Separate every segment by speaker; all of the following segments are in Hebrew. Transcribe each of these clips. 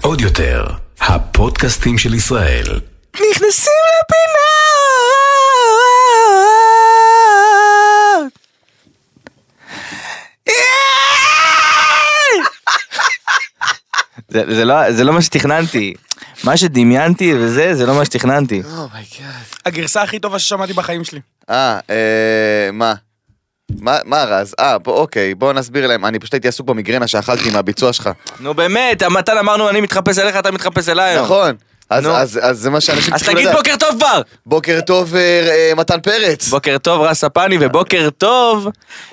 Speaker 1: עוד יותר, הפודקאסטים של ישראל.
Speaker 2: נכנסים לפינות!
Speaker 3: זה, זה, לא, זה לא מה שתכננתי. מה שדמיינתי וזה, זה לא מה שתכננתי.
Speaker 4: אומייגאד.
Speaker 2: הגרסה הכי טובה ששמעתי בחיים שלי.
Speaker 4: אה, אה, מה? מה, מה רז? אה, בוא, אוקיי, בוא נסביר להם. אני פשוט הייתי עסוק במיגרנה שאכלתי מהביצוע שלך.
Speaker 2: אה,
Speaker 3: נו באמת, מתן אמרנו אני מתחפש אליך, אתה מתחפש אליי היום.
Speaker 4: נכון. אז,
Speaker 3: נו.
Speaker 4: אז, אז זה מה שאנשים
Speaker 3: אז
Speaker 4: צריכים
Speaker 3: תגיד
Speaker 4: לדעת.
Speaker 3: בוקר טוב כבר!
Speaker 4: בוקר טוב, אה, אה, מתן פרץ.
Speaker 3: בוקר טוב רס ספני ובוקר טוב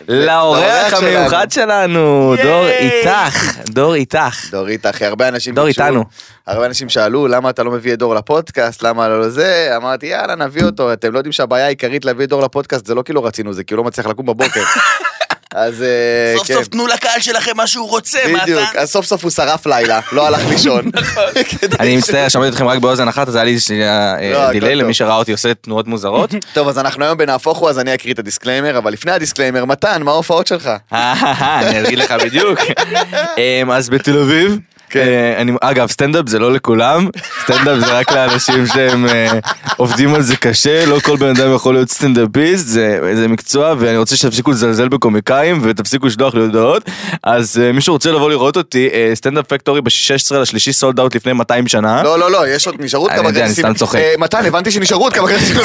Speaker 3: לאורח
Speaker 4: לאורח שלנו.
Speaker 3: המיוחד שלנו, דור איתך, דור איתך.
Speaker 4: דורית, אחי, הרבה אנשים
Speaker 3: דור
Speaker 4: ביקשו-
Speaker 3: איתנו.
Speaker 4: הרבה אנשים שאלו, למה אתה לא מביא את דור לפודקאסט, למה לא זה, אמרתי, יאללה, נביא אותו. אתם לא יודעים שהבעיה העיקרית להביא את דור לפודקאסט זה לא כי לא רצינו, זה כי הוא לא מצליח לקום בבוקר. אז אה,
Speaker 2: סוף
Speaker 4: כן.
Speaker 2: סוף תנו לקהל שלכם מה שהוא רוצה, מתן. נכון.
Speaker 4: בדיוק, אז סוף סוף הוא שרף לילה, לא הלך לישון. כדי
Speaker 3: אני
Speaker 4: ש-
Speaker 3: מצטער, שמעתי אתכם רק באוזן אחת, אז היה לי שנייה
Speaker 4: לא,
Speaker 3: אה,
Speaker 4: הכל
Speaker 3: דיליי
Speaker 4: טוב.
Speaker 3: למי שראה אותי עושה תנועות מוזרות. אה,
Speaker 4: טוב, אז אנחנו היום בנהפוך הוא, אז אני אקריא את הדיסקליימר, אבל לפני הדיסקליימר, מתן, מה ההופעות שלך?
Speaker 3: אה? אההה, אני אגיד לך בדיוק. אמ, אז בתל אביב,
Speaker 4: כן.
Speaker 3: אה, אני- אגב סטנדאפ זה לא לכולם, סטנדאפ זה רק לאנשים שהם אה, עובדים על זה קשה, לא כל בן אדם יכול להיות סטנדאפיסט, זה זה מקצוע ואני רוצה שתפסיקו לזלזל בקומיקאים ותפסיקו לשלוח לי הודעות, אז אה, מי שרוצה לבוא לראות אותי, אה, סטנדאפ פקטורי ב-16 לשלישי סולד אאוט לפני 200 שנה.
Speaker 4: לא, לא, לא, יש עוד, נשארו עוד
Speaker 3: אני
Speaker 4: כמה
Speaker 3: יודע, אני סתם צוחק.
Speaker 4: אה, מתן, הבנתי שנשארו עוד כמה כרטיסים.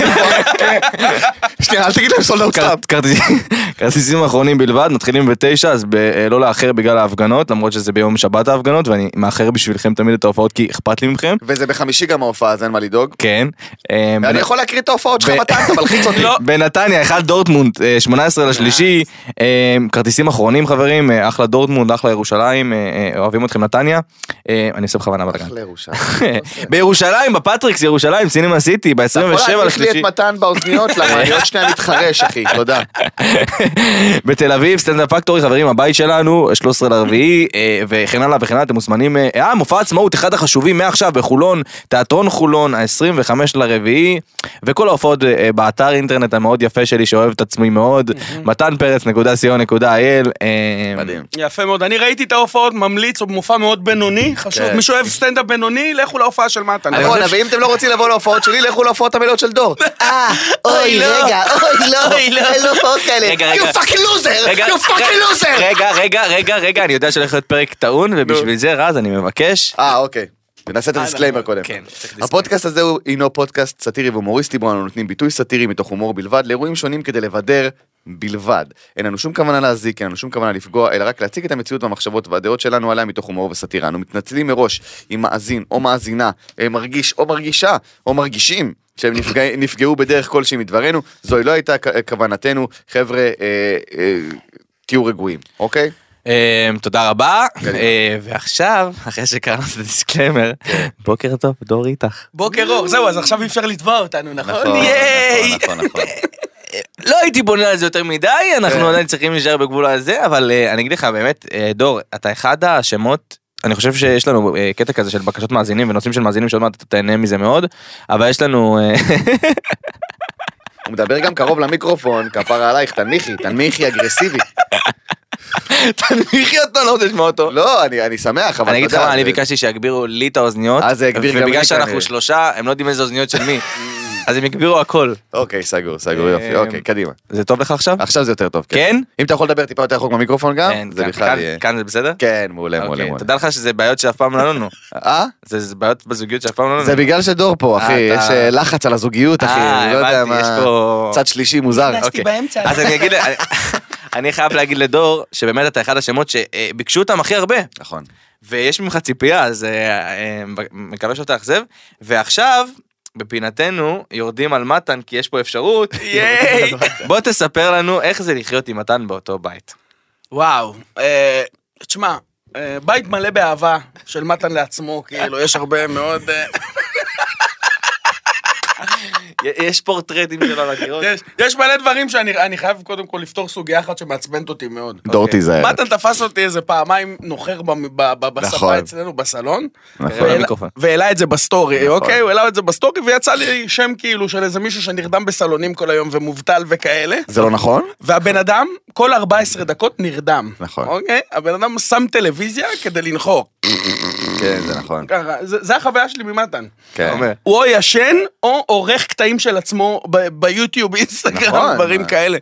Speaker 4: שנייה, אל תגיד להם סולד אאוט סתם.
Speaker 3: כר- כרטיס- כרטיסים אחרונים בלבד, מתחילים בתשע, אז ב- אה, לא לאחר בגלל ההפגנות, למרות שזה ביום שבת ההפגנות, ואני מאחר בשבילכם תמיד את ההופעות כי אכפת לי מכם.
Speaker 4: וזה בחמישי גם ההופעה, אז אין מה לדאוג.
Speaker 3: כן. אה,
Speaker 4: אני
Speaker 3: בנ-
Speaker 4: יכול להקריא את ההופעות שלך,
Speaker 3: ב-
Speaker 4: מתן, אתה מלחיץ אותי.
Speaker 3: לא. בנתניה, אחד דורטמונד, אה, 18 לשלישי, אה, כרטיסים אחרונים חברים, אה, אחלה דורטמונד, אחלה ירושלים, אה, אה, אוהבים אתכם נתניה. אה, אני עושה בכוונה בלאגן.
Speaker 4: לירושלים.
Speaker 3: בירושלים, בפטריקס, ירושלים, סינמה סיטי,
Speaker 4: אוקיי. אתה יכול
Speaker 3: ב-27
Speaker 4: להקליט נכון, לי
Speaker 3: לא, לשלישי.
Speaker 4: את מתן באוזניות, למה אני עוד שנייה מתחרש, אחי, תודה.
Speaker 3: בתל אביב, סטנדאפ פקטורי, חברים, הבית שלנו, 13 לרביעי, אה, וכן הלאה וכן הלאה, אתם מוזמנים, אה, אה, מופע עצמאות, אחד החשובים מעכשיו בחולון, תיאטרון חולון, ה-25 לרביעי, וכל ההופעות אה, אה, באתר אינטרנט המאוד יפה שלי, שאוהב את עצמי מאוד, מתן פרץ, נקודה סיון, נקודה אייל. אה, מדהים.
Speaker 2: יפה מאוד, אני ראיתי את ההופעות, ממליץ, הוא מופע מאוד בינוני, חשוב,
Speaker 4: כן.
Speaker 2: מי שאוהב סטנדאפ בינוני, לכו להופעה של מתן.
Speaker 4: נכון, אבל אם אתם לא רוצים לבוא להופעות שלי, לכו להופעות המלאות של דור. אה, אוי, רגע, אוי, לא, אין לו הופעות כאלה.
Speaker 3: רגע, רגע.
Speaker 4: You fucking loser! You fucking loser!
Speaker 3: רגע, רגע, רגע, רגע, אני יודע שהולך להיות פרק טעון, ובשביל זה, רז, אני מבקש.
Speaker 4: אה, אוקיי. נכון. נעשה את הדיסקליימר קודם.
Speaker 3: כן, צריך דיסקליימר.
Speaker 4: הפודקאסט הזה הוא הינו פודקאסט סאטירי והומוריסטי, בו אנו נותנים ביטוי סאטירי מתוך הומור בלבד לאירועים שונים כדי לבדר בלבד. אין לנו שום כוונה להזיק, אין לנו שום כוונה לפגוע, אלא רק להציג את המציאות והמחשבות והדעות שלנו עליה מתוך הומור וסאטירה. אנו מתנצלים מראש אם מאזין או מאזינה אה, מרגיש או מרגישה או מרגישים שהם נפגע, נפגעו בדרך כלשהי מדברנו, זוהי לא הייתה כ- כוונתנו. חבר'ה, אה, אה, תהיו רגועים, אוקיי?
Speaker 3: אה, תודה רבה, אה, ועכשיו, אחרי שקראנו את הדיסקלמר, בוקר טוב, דור איתך.
Speaker 2: בוקר אור, זהו, אז עכשיו אי אפשר לתבוע אותנו, נכון? ייי!
Speaker 4: נכון, נכון, נכון.
Speaker 3: לא הייתי בונה על זה יותר מדי,
Speaker 4: כן.
Speaker 3: אנחנו עדיין צריכים להישאר בגבול הזה, אבל אה, אני אגיד לך באמת, אה, דור, אתה אחד השמות, אני חושב שיש לנו אה, קטע כזה של בקשות מאזינים ונושאים של מאזינים שעוד מעט אתה תהנה מזה מאוד, אבל יש לנו, אה,
Speaker 4: הוא מדבר גם קרוב למיקרופון, כפרה עלייך, תנמיכי, תנמיכי אגרסיבי.
Speaker 3: תנמיכי אותו, לא רוצה לשמוע אותו.
Speaker 4: לא, אני, אני שמח, אבל
Speaker 3: אני
Speaker 4: אתה
Speaker 3: אגיד לך
Speaker 4: יודע,
Speaker 3: מה, אני
Speaker 4: זה-
Speaker 3: ביקשתי שיגבירו לי את האוזניות,
Speaker 4: אז זה יגביר גם לי
Speaker 3: ובגלל
Speaker 4: כנראה.
Speaker 3: שאנחנו שלושה, הם לא יודעים איזה אוזניות של מי, אז הם יגבירו הכל.
Speaker 4: אוקיי, סגור, סגור, יופי,
Speaker 3: אה,
Speaker 4: אוקיי, קדימה.
Speaker 3: זה טוב לך עכשיו?
Speaker 4: עכשיו זה יותר טוב, כן.
Speaker 3: כן?
Speaker 4: אם אתה יכול לדבר טיפה יותר רחוק במיקרופון
Speaker 3: כן,
Speaker 4: גם, זה
Speaker 3: כאן-
Speaker 4: בכלל
Speaker 3: כאן-
Speaker 4: יהיה...
Speaker 3: כאן זה בסדר?
Speaker 4: כן, מעולה, מעולה,
Speaker 3: אוקיי,
Speaker 4: מעולה.
Speaker 3: תדע לך שזה בעיות שאף פעם לא לנו.
Speaker 4: אה?
Speaker 3: זה זה בעיות בזוגיות שאף פעם לא לנו.
Speaker 4: זה בגלל שדור פה,
Speaker 3: אה,
Speaker 4: אחי, יש
Speaker 3: אתה-
Speaker 4: אה, לחץ על הזוגיות, אחי,
Speaker 3: אה,
Speaker 4: אני לא יודע
Speaker 3: הבנתי,
Speaker 4: מה...
Speaker 3: יש פה- אוקיי.
Speaker 4: צד שלישי מוזר.
Speaker 2: נכנסתי באמצע.
Speaker 3: אז אני אגיד, ל- אני- אני חייב להגיד לדור, שבאמת אתה אחד השמות שביקשו אותם הכי הרבה,
Speaker 4: נכון.
Speaker 3: אוקיי. ויש ממך ציפייה, אז אה, אה, מקווה שלא תאכזב. ועכשיו, בפינתנו, יורדים על מתן, כי יש פה אפשרות.
Speaker 2: ייי!
Speaker 3: בוא תספר לנו איך זה לחיות עם מתן באותו בית.
Speaker 2: וואו, אה, תשמע, אה, בית מלא באהבה של מתן לעצמו, כאילו, יש הרבה מאוד... אה,
Speaker 3: יש פורטרטים שלו על הקירות.
Speaker 2: יש- יש מלא דברים שאני אני חייב קודם כל לפתור סוגיה אחת שמעצבנת אותי מאוד.
Speaker 4: דור תיזהר.
Speaker 2: מתן תפס אותי איזה פעמיים נוחר במ- ב- ב-
Speaker 4: נכון.
Speaker 2: בספה אצלנו בסלון,
Speaker 4: נכון.
Speaker 2: והעלה-
Speaker 5: למיקרופון.
Speaker 2: והעלה את זה בסטורי,
Speaker 4: נכון.
Speaker 2: אוקיי? הוא העלה את זה בסטורי ויצא לי שם כאילו של איזה מישהו שנרדם בסלונים כל היום ומובטל וכאלה,
Speaker 4: זה לא נכון?
Speaker 2: והבן אדם כל 14 דקות נרדם.
Speaker 4: נכון.
Speaker 2: אוקיי? הבן אדם שם טלוויזיה כדי לנחור.
Speaker 4: כן, זה נכון.
Speaker 2: ככה, זה זה החוויה שלי ממתן.
Speaker 4: כן.
Speaker 5: אומר.
Speaker 2: הוא או ישן או עורך קטעים של עצמו ב- ביוטיוב,
Speaker 4: נכון.
Speaker 2: אינסטגרם, דברים כאלה.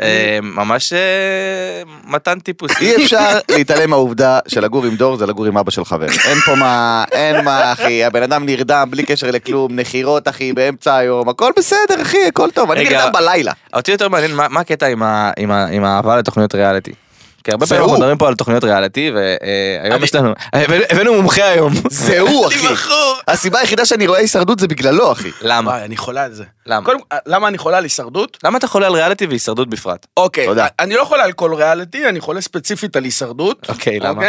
Speaker 3: אה, ממש אה, מתן טיפוסי.
Speaker 4: אי אפשר להתעלם מהעובדה שלגור עם דור זה לגור עם אבא של חבר. אין פה מה, אין מה, אחי, הבן אדם נרדם בלי קשר לכלום, נחירות, אחי, באמצע היום, הכל בסדר, אחי, הכל טוב, אני
Speaker 3: רגע.
Speaker 4: נרדם בלילה.
Speaker 5: אותי יותר מעניין מה מה הקטע עם ה- עם ה- עם האהבה לתוכניות ריאליטי. כי הרבה
Speaker 4: זה
Speaker 5: פעמים אנחנו
Speaker 4: הוא.
Speaker 5: מדברים פה על תוכניות ריאליטי והיום יש לנו הבאנו- הבאנו מומחה היום.
Speaker 4: זה הוא, אחי.
Speaker 2: אני מכור.
Speaker 4: הסיבה היחידה שאני רואה הישרדות זה בגללו, אחי.
Speaker 5: למה?
Speaker 2: וואי, אני חולה על זה.
Speaker 5: למה?
Speaker 2: קודם כל, למה אני חולה על הישרדות?
Speaker 5: למה אתה חולה על ריאליטי והישרדות בפרט?
Speaker 2: אוקיי,
Speaker 4: תודה.
Speaker 2: אני לא חולה על כל ריאליטי, אני חולה ספציפית על הישרדות.
Speaker 5: אוקיי, למה?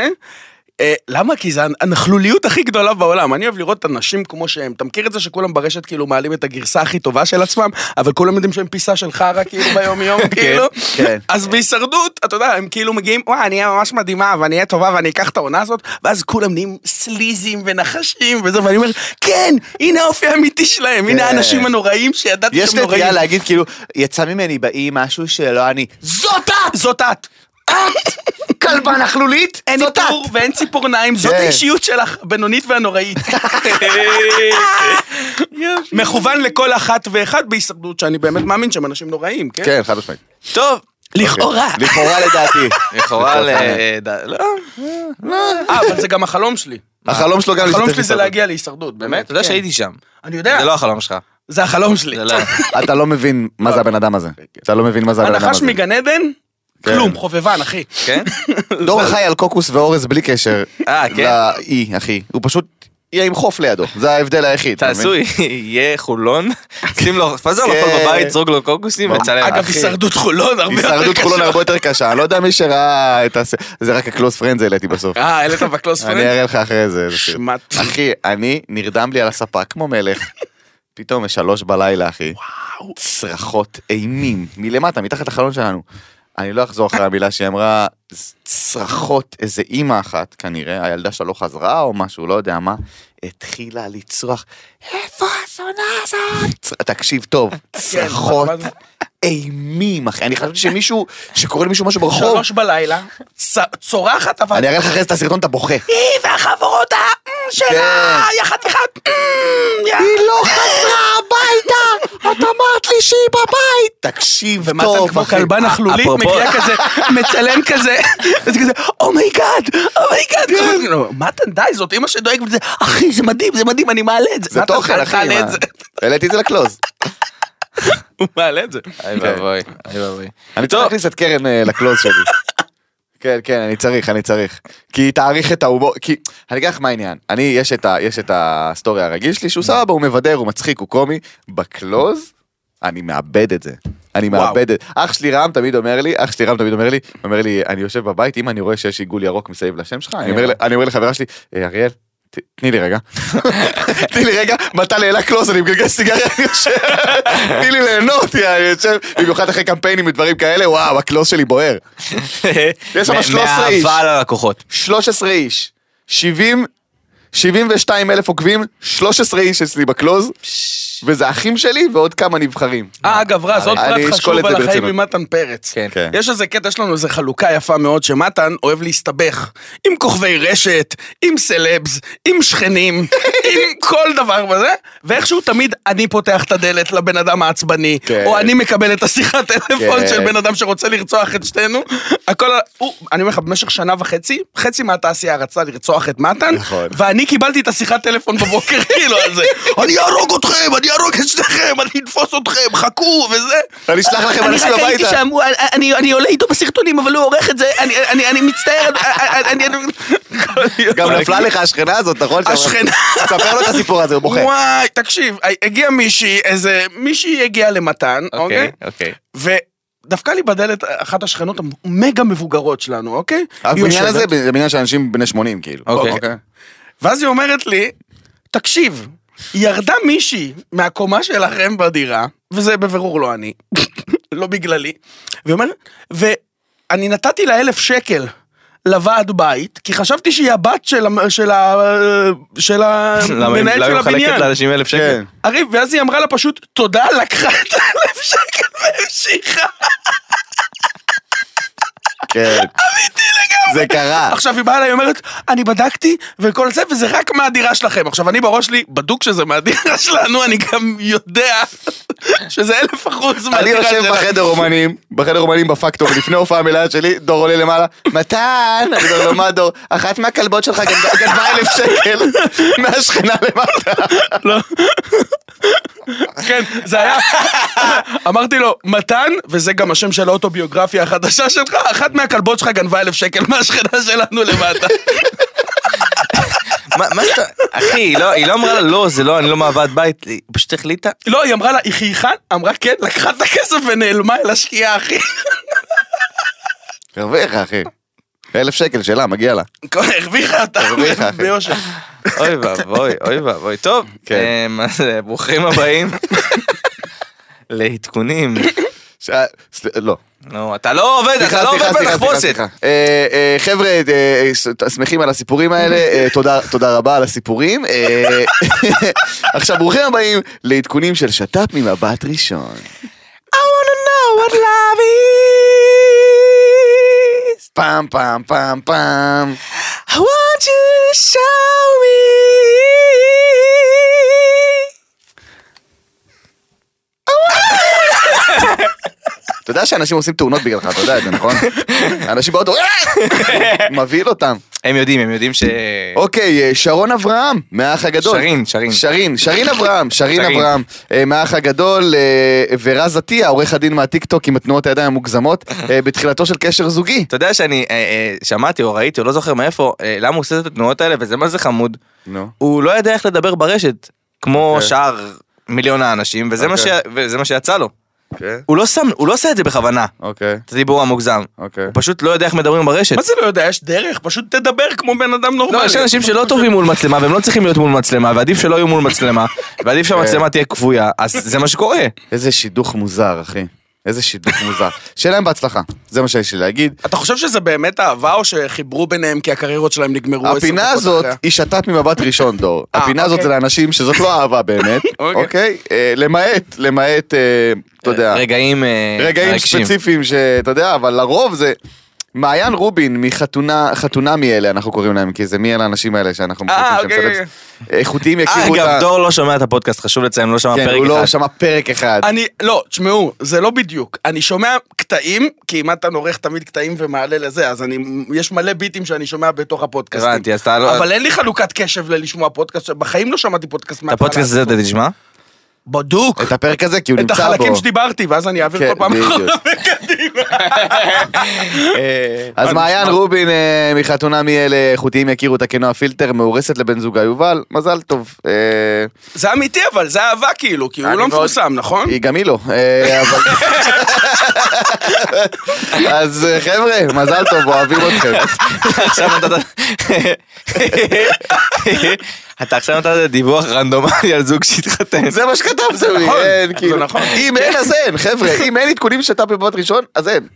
Speaker 2: אה, למה? כי זה הנכלוליות הכי גדולה בעולם. אני אוהב לראות את הנשים כמו שהם. אתה מכיר את זה שכולם ברשת כאילו מעלים את הגרסה הכי טובה של עצמם, אבל כולם יודעים שהם פיסה של חרא כאילו ביום-יום, כאילו?
Speaker 4: כן.
Speaker 2: אז בהישרדות, אתה יודע, הם כאילו מגיעים, וואה, אני אהיה ממש מדהימה, ואני אהיה טובה, ואני אקח את העונה הזאת, ואז כולם נהיים סליזים ונחשים וזה, ואני אומר, כן, הנה האופי האמיתי שלהם, הנה
Speaker 4: כן.
Speaker 2: האנשים הנוראים שידעתי
Speaker 4: יש
Speaker 2: שהם נוראים.
Speaker 4: נטייה להגיד כאילו, יצא ממני באי משהו שלא אני.
Speaker 2: זאת את! זאת את!
Speaker 4: כלבה נכלולית?
Speaker 2: אין
Speaker 4: זאת את.
Speaker 2: עיטור ואין ציפורניים, זאת
Speaker 4: כן.
Speaker 2: האישיות שלך, בינונית והנוראית. מכוון לכל אחת ואחד בהישרדות, שאני באמת מאמין שהם אנשים נוראים, כן?
Speaker 4: כן, חד משמעית.
Speaker 5: טוב.
Speaker 2: לכאורה.
Speaker 4: לכאורה לדעתי.
Speaker 3: לכאורה ל...
Speaker 4: אה,
Speaker 3: ד- לא,
Speaker 2: אה, אבל זה גם החלום שלי.
Speaker 4: החלום שלו גם
Speaker 2: החלום
Speaker 4: להשתתף
Speaker 2: שלי זה
Speaker 4: בהישרדות.
Speaker 2: להגיע להישרדות, באמת.
Speaker 3: אתה יודע
Speaker 2: כן.
Speaker 3: שהייתי שם.
Speaker 2: אני יודע,
Speaker 3: זה לא החלום שלך.
Speaker 2: זה החלום שלי.
Speaker 3: זה לא.
Speaker 4: אתה לא מבין מה זה הבן אדם הזה. אתה לא מבין מה זה הבן אדם
Speaker 2: הנחש
Speaker 4: הזה.
Speaker 2: מגן עדן?
Speaker 4: כן.
Speaker 2: כלום, חובבן, אחי.
Speaker 3: כן?
Speaker 4: דור חי על קוקוס ואורז בלי קשר.
Speaker 3: אה, כן.
Speaker 4: לאי, אחי. הוא פשוט יהיה עם חוף לידו. זה ההבדל היחיד. אתה
Speaker 3: תעשו,
Speaker 4: מבין?
Speaker 3: יהיה חולון, שים לו, תפזר לו
Speaker 4: כן.
Speaker 3: חול בבית, זרוק לו קוקוסים
Speaker 4: מה?
Speaker 3: וצלם.
Speaker 2: אגב,
Speaker 3: אה, אחי,
Speaker 2: הישרדות חולון הרבה יותר
Speaker 4: הישרדות חולון
Speaker 2: קשה.
Speaker 4: הרבה יותר קשה. אני לא יודע מי שראה את הס... זה רק הקלוס פרנדס העליתי בסוף.
Speaker 2: אה, העלית בקלוס
Speaker 4: אני
Speaker 2: פרנד?
Speaker 4: אראה לך אחרי זה. איזה סרט.
Speaker 2: שמעתי.
Speaker 4: אחי, אני נרדם לי על הספה כמו מלך. פתאום יש שלוש בלילה, אחי. צרחות אימים. מלמטה, מתחת לחלון שלנו. אני לא אחזור אחרי המילה שהיא אמרה, "צ- צרחות, איזה אימא אחת, כנראה, הילדה שלה לא חזרה או משהו, לא יודע מה, התחילה לצרוח, איפה הזונה הזאת? צ- תקשיב
Speaker 2: כן,
Speaker 4: טוב, צרחות
Speaker 2: ברמה הזאת.
Speaker 4: אימים, אחי. אני חשבתי שמישהו, שקורא למישהו משהו ברחוב,
Speaker 2: שלוש בלילה, צ- צורחת אבל...
Speaker 4: אני אראה לך אחרי זה את הסרטון, אתה בוכה. כן.
Speaker 2: היא והחברות ה... שלה, אה, יא חתיכת...
Speaker 4: היא לא חזרה הביתה! את אמרת לי שהיא בבית! תקשיב
Speaker 2: ומתן
Speaker 4: טוב,
Speaker 2: כמו
Speaker 4: אחי.
Speaker 2: כלבן נכלולית
Speaker 5: אפרופו-
Speaker 2: מגיע כזה, מצלם כזה, אז כזה, אומייגאד,
Speaker 4: כן.
Speaker 2: אומייגאד. מתן די, זאת אמא שדואגת לזה, אחי זה מדהים, זה מדהים, אני מעלה את זה.
Speaker 4: זה
Speaker 2: מתן,
Speaker 4: תוכן,
Speaker 2: אל
Speaker 4: אחי.
Speaker 2: תעלה
Speaker 4: מה?
Speaker 2: את זה.
Speaker 4: העליתי את זה לקלוז.
Speaker 2: הוא מעלה את זה.
Speaker 5: אוי ואבוי, אוי ואבוי.
Speaker 4: אני צריך להכניס את קרן אה, לקלוז שלי. כן, כן, אני צריך, אני צריך. כי היא תעריך את ההומור, כי... אני אגיד לך מה העניין. אני, יש את ה- יש את הסטורי הרגיל שלי, שהוא סבבה, הוא מבדר, הוא מצחיק, הוא קומי. בקלוז, אני מאבד את זה. אני מאבד את... אח שלי רם תמיד אומר לי, אח שלי רם תמיד אומר לי, אומר לי, אני יושב בבית, אם אני רואה שיש עיגול ירוק מסביב לשם שלך, אני אומר ל- אני אומר לחברה שלי, "אה, אריאל, ת- תני לי רגע. תני לי רגע, מתן העלה קלוז, אני מגלגל סיגריה, אני יושב, תני לי ליהנות, יא, אני יושב, במיוחד אחרי קמפיינים ודברים כאלה, וואו, הקלוז שלי בוער. יש שם
Speaker 5: מה-
Speaker 4: 13 איש.
Speaker 5: מהאהבה ללקוחות.
Speaker 4: 13 איש, 70, 72 אלף עוקבים, 13 איש אצלי בקלוז, וזה אחים שלי ועוד כמה נבחרים.
Speaker 2: אה, אגב, רז, עוד
Speaker 4: אני
Speaker 2: פרט
Speaker 4: אשקול את
Speaker 2: חשוב
Speaker 4: זה
Speaker 2: על החיים
Speaker 4: ברצינות.
Speaker 2: עם מתן פרץ.
Speaker 5: כן.
Speaker 4: כן.
Speaker 2: יש איזה קטע, יש לנו איזה חלוקה יפה מאוד, שמתן אוהב להסתבך עם כוכבי רשת, עם סלבס, עם שכנים, עם כל דבר וזה, ואיכשהו תמיד אני פותח את הדלת לבן אדם העצבני,
Speaker 4: כן.
Speaker 2: או אני מקבל את השיחת טלפון
Speaker 4: כן.
Speaker 2: של בן אדם שרוצה לרצוח את שתינו. הכל, הוא, אני אומר לך, במשך שנה וחצי, חצי מהתעשייה רצה לרצוח את מתן,
Speaker 4: נכון.
Speaker 2: ואני קיבלתי את השיחת טלפון בבוקר, כאילו, על זה. אני אהרוג אתכם, אני אהרוג את שניכם, אני אתפוס אתכם, חכו, וזה.
Speaker 4: אני אשלח לכם
Speaker 2: אני
Speaker 4: אנשים
Speaker 2: רק הייתי
Speaker 4: הביתה.
Speaker 2: שם, הוא- אני- אני עולה איתו בסרטונים, אבל הוא עורך את זה, אני- אני אני מצטער, אה, אני... אני-
Speaker 4: גם לא- נפלה לך השכנה הזאת, נכון?
Speaker 2: השכנה.
Speaker 4: ספר לו את הסיפור הזה, הוא בוכה.
Speaker 2: וואי, תקשיב, הגיעה מישהי, איזה... מישהי הגיעה למתן, אוקיי?
Speaker 3: אוקיי, אוקיי.
Speaker 2: ודפקה לי בדלת אחת השכנות המגה מבוגרות שלנו, אוקיי? היא
Speaker 4: הבניין
Speaker 2: יושבת.
Speaker 3: אוקיי.
Speaker 4: הזה זה בניין של אנשים בני 80 כאילו.
Speaker 5: אוקיי.
Speaker 4: אוקיי.
Speaker 2: ואז היא אומרת לי, תקשיב, ירדה מישהי מהקומה שלכם בדירה, וזה בבירור לא אני, לא בגללי, והיא אומרת, ואני נתתי לה אלף שקל. לוועד בית, כי חשבתי שהיא הבת של, המ- של, ה, של
Speaker 3: למה היא-
Speaker 2: המנהל
Speaker 3: למה
Speaker 2: של
Speaker 3: היא מחלקת
Speaker 2: הבניין.
Speaker 3: לאנשים אלף שקל?
Speaker 4: כן.
Speaker 2: הרי, ואז היא אמרה לה פשוט, תודה, לקחה את האלף שקל והמשיכה.
Speaker 4: כן. זה קרה.
Speaker 2: עכשיו היא באה אליי, היא אומרת, אני בדקתי וכל זה, וזה רק מהדירה שלכם. עכשיו, אני בראש שלי, בדוק שזה מהדירה שלנו, אני גם יודע שזה אלף אחוז
Speaker 4: אני
Speaker 2: מהדירה
Speaker 4: יושב
Speaker 2: שלנו.
Speaker 4: בחדר אומנים, בחדר אומנים בפקטור, לפני הופעה מלאה שלי, דור עולה למעלה, מתן! אני אומר לו, מה דור? אחת מהכלבות שלך גנבה- גנבה אלף שקל מהשכנה למטה.
Speaker 2: כן, זה היה... אמרתי לו, מתן, וזה גם השם של האוטוביוגרפיה החדשה שלך, אחת מהכלבות שלך גנבה אלף שקל מהשכנה שלנו למטה.
Speaker 3: מה מה זאת... אחי, היא לא- היא לא אמרה לה, לא, זה לא, אני לא מהוועד בית, היא פשוט החליטה.
Speaker 2: לא, היא אמרה לה, היא חייכה? אמרה, כן, לקחה את הכסף ונעלמה אל השקיעה, אחי.
Speaker 4: הרוויחה, אחי. אלף שקל שלה, מגיע לה.
Speaker 2: הרוויחה אתה,
Speaker 4: הרוויחה, אחי.
Speaker 2: ביושר.
Speaker 3: אוי ואבוי, אוי ואבוי. טוב,
Speaker 4: כן.
Speaker 3: אמ, אז אה, ברוכים הבאים לעדכונים.
Speaker 4: ש- סל- לא.
Speaker 3: נו, אתה לא עובד, אתה לא עובד בתחפושת.
Speaker 4: אה, אה, חבר'ה, אה, אה, ס- ת- שמחים על הסיפורים האלה, אה, תודה- תודה רבה על הסיפורים. אה, עכשיו, ברוכים הבאים לעדכונים של שת"פ ממבט ראשון. פעם, פעם, פעם, פעם. אתה יודע שאנשים עושים תאונות בגללך, אתה יודע את זה, נכון? אנשים באוטו, "אה!" מבהיל אותם.
Speaker 3: הם יודעים, הם יודעים ש...
Speaker 4: אוקיי, אה, שרון אברהם, מהאח הגדול.
Speaker 3: שרין, שרין.
Speaker 4: שרין, שרין אברהם, שרין
Speaker 3: שרין.
Speaker 4: אברהם, אה, מהאח הגדול, אה, ורז עטיה, עורך הדין מהטיקטוק עם התנועות הידיים המוגזמות, אה, בתחילתו של קשר זוגי.
Speaker 3: אתה יודע שאני אה, אה, שמעתי או ראיתי או לא זוכר מאיפה, אה, למה הוא עושה את התנועות האלה וזה מה זה חמוד.
Speaker 4: נו.
Speaker 3: הוא לא יודע איך לדבר ברשת, כמו
Speaker 4: אוקיי.
Speaker 3: שאר מיליון האנשים, וזה מה
Speaker 4: אוקיי.
Speaker 3: ש- וזה מה שיצא לו.
Speaker 4: אוקיי.
Speaker 3: הוא לא שם, הוא לא עושה את זה בכוונה,
Speaker 4: אוקיי.
Speaker 3: את הדיבור המוגזם.
Speaker 4: אוקיי.
Speaker 3: הוא פשוט לא יודע איך מדברים ברשת.
Speaker 2: מה זה לא יודע? יש דרך, פשוט תדבר כמו בן אדם נורמלי.
Speaker 3: לא, יש אנשים שלא טובים מול מצלמה והם לא צריכים להיות מול מצלמה, ועדיף שלא יהיו מול מצלמה, ועדיף
Speaker 4: כן.
Speaker 3: שהמצלמה תהיה כבויה, אז זה מה שקורה.
Speaker 4: איזה שידוך מוזר, אחי. איזה שידוך מוזר. שיהיה להם בהצלחה, זה מה שיש לי להגיד.
Speaker 2: אתה חושב שזה באמת אהבה או שחיברו ביניהם כי הקריירות שלהם נגמרו עשר
Speaker 4: הפינה
Speaker 2: דקות
Speaker 4: הזאת
Speaker 2: אחריה?
Speaker 4: היא שת"פ ממבט ראשון דור.
Speaker 2: אה,
Speaker 4: הפינה הזאת
Speaker 2: אוקיי.
Speaker 4: זה לאנשים שזאת לא אהבה באמת,
Speaker 2: אוקיי.
Speaker 4: אוקיי? אה, למעט, למעט, אה, אתה יודע,
Speaker 3: רגעים אה,
Speaker 4: רגעים
Speaker 3: מרגשים.
Speaker 4: ספציפיים שאתה יודע, אבל לרוב זה... מעיין רובין מחתונה, חתונה מי אלה אנחנו קוראים להם, כי זה מי אלה האנשים האלה שאנחנו
Speaker 2: אה,
Speaker 4: מחכים
Speaker 2: אוקיי,
Speaker 4: סלבס. איכותיים יכירו
Speaker 3: אגב,
Speaker 4: אותה.
Speaker 3: דור לא שומע את הפודקאסט, חשוב לציין, לא שמע
Speaker 4: כן,
Speaker 3: פרק
Speaker 4: הוא לא
Speaker 3: אחד.
Speaker 4: שמע פרק אחד.
Speaker 2: אני, לא, תשמעו, זה לא בדיוק. אני שומע קטעים, כי אם אתה עורך תמיד קטעים ומעלה לזה, אז אני, יש מלא ביטים שאני שומע בתוך הפודקאסטים.
Speaker 3: הבנתי, אז אתה לא...
Speaker 2: אבל אין לי חלוקת קשב ללשמוע פודקאסט, בחיים לא שמעתי פודקאסט
Speaker 3: את הפודקאסט הזה אתה תשמע?
Speaker 2: בדוק.
Speaker 4: את הפרק הזה, כי הוא
Speaker 2: את
Speaker 4: נמצא בו.
Speaker 2: החלקים שדיברתי, ואז אני אעביר
Speaker 4: כן,
Speaker 2: כל פעם
Speaker 4: בדיוק.
Speaker 2: אחרונה.
Speaker 4: אז מעיין רובין אה, מחתונה מי אלה איכותיים יכירו אותה כנועה פילטר, מאורסת לבן זוגה יובל, מזל טוב. אה,
Speaker 2: זה אמיתי, אבל זה אהבה כאילו, כי הוא
Speaker 4: אני
Speaker 2: לא
Speaker 4: מאוד-
Speaker 2: מפורסם, נכון?
Speaker 3: כן.
Speaker 4: היא גם היא לא, אה, אבל... אז אה, חבר'ה, מזל טוב, אוהבים אתכם.
Speaker 3: עכשיו נתת... אתה עכשיו נתת דיווח רנדומלי על זוג שהתחתן.
Speaker 4: זה מה שכתב, זהו,
Speaker 2: נכון,
Speaker 4: אין,
Speaker 2: זה
Speaker 4: כאילו.
Speaker 2: נכון.
Speaker 4: אם אין, אז אין, חבר'ה, אם אין עדכונים שת"פ בבת ראשון, אז אין.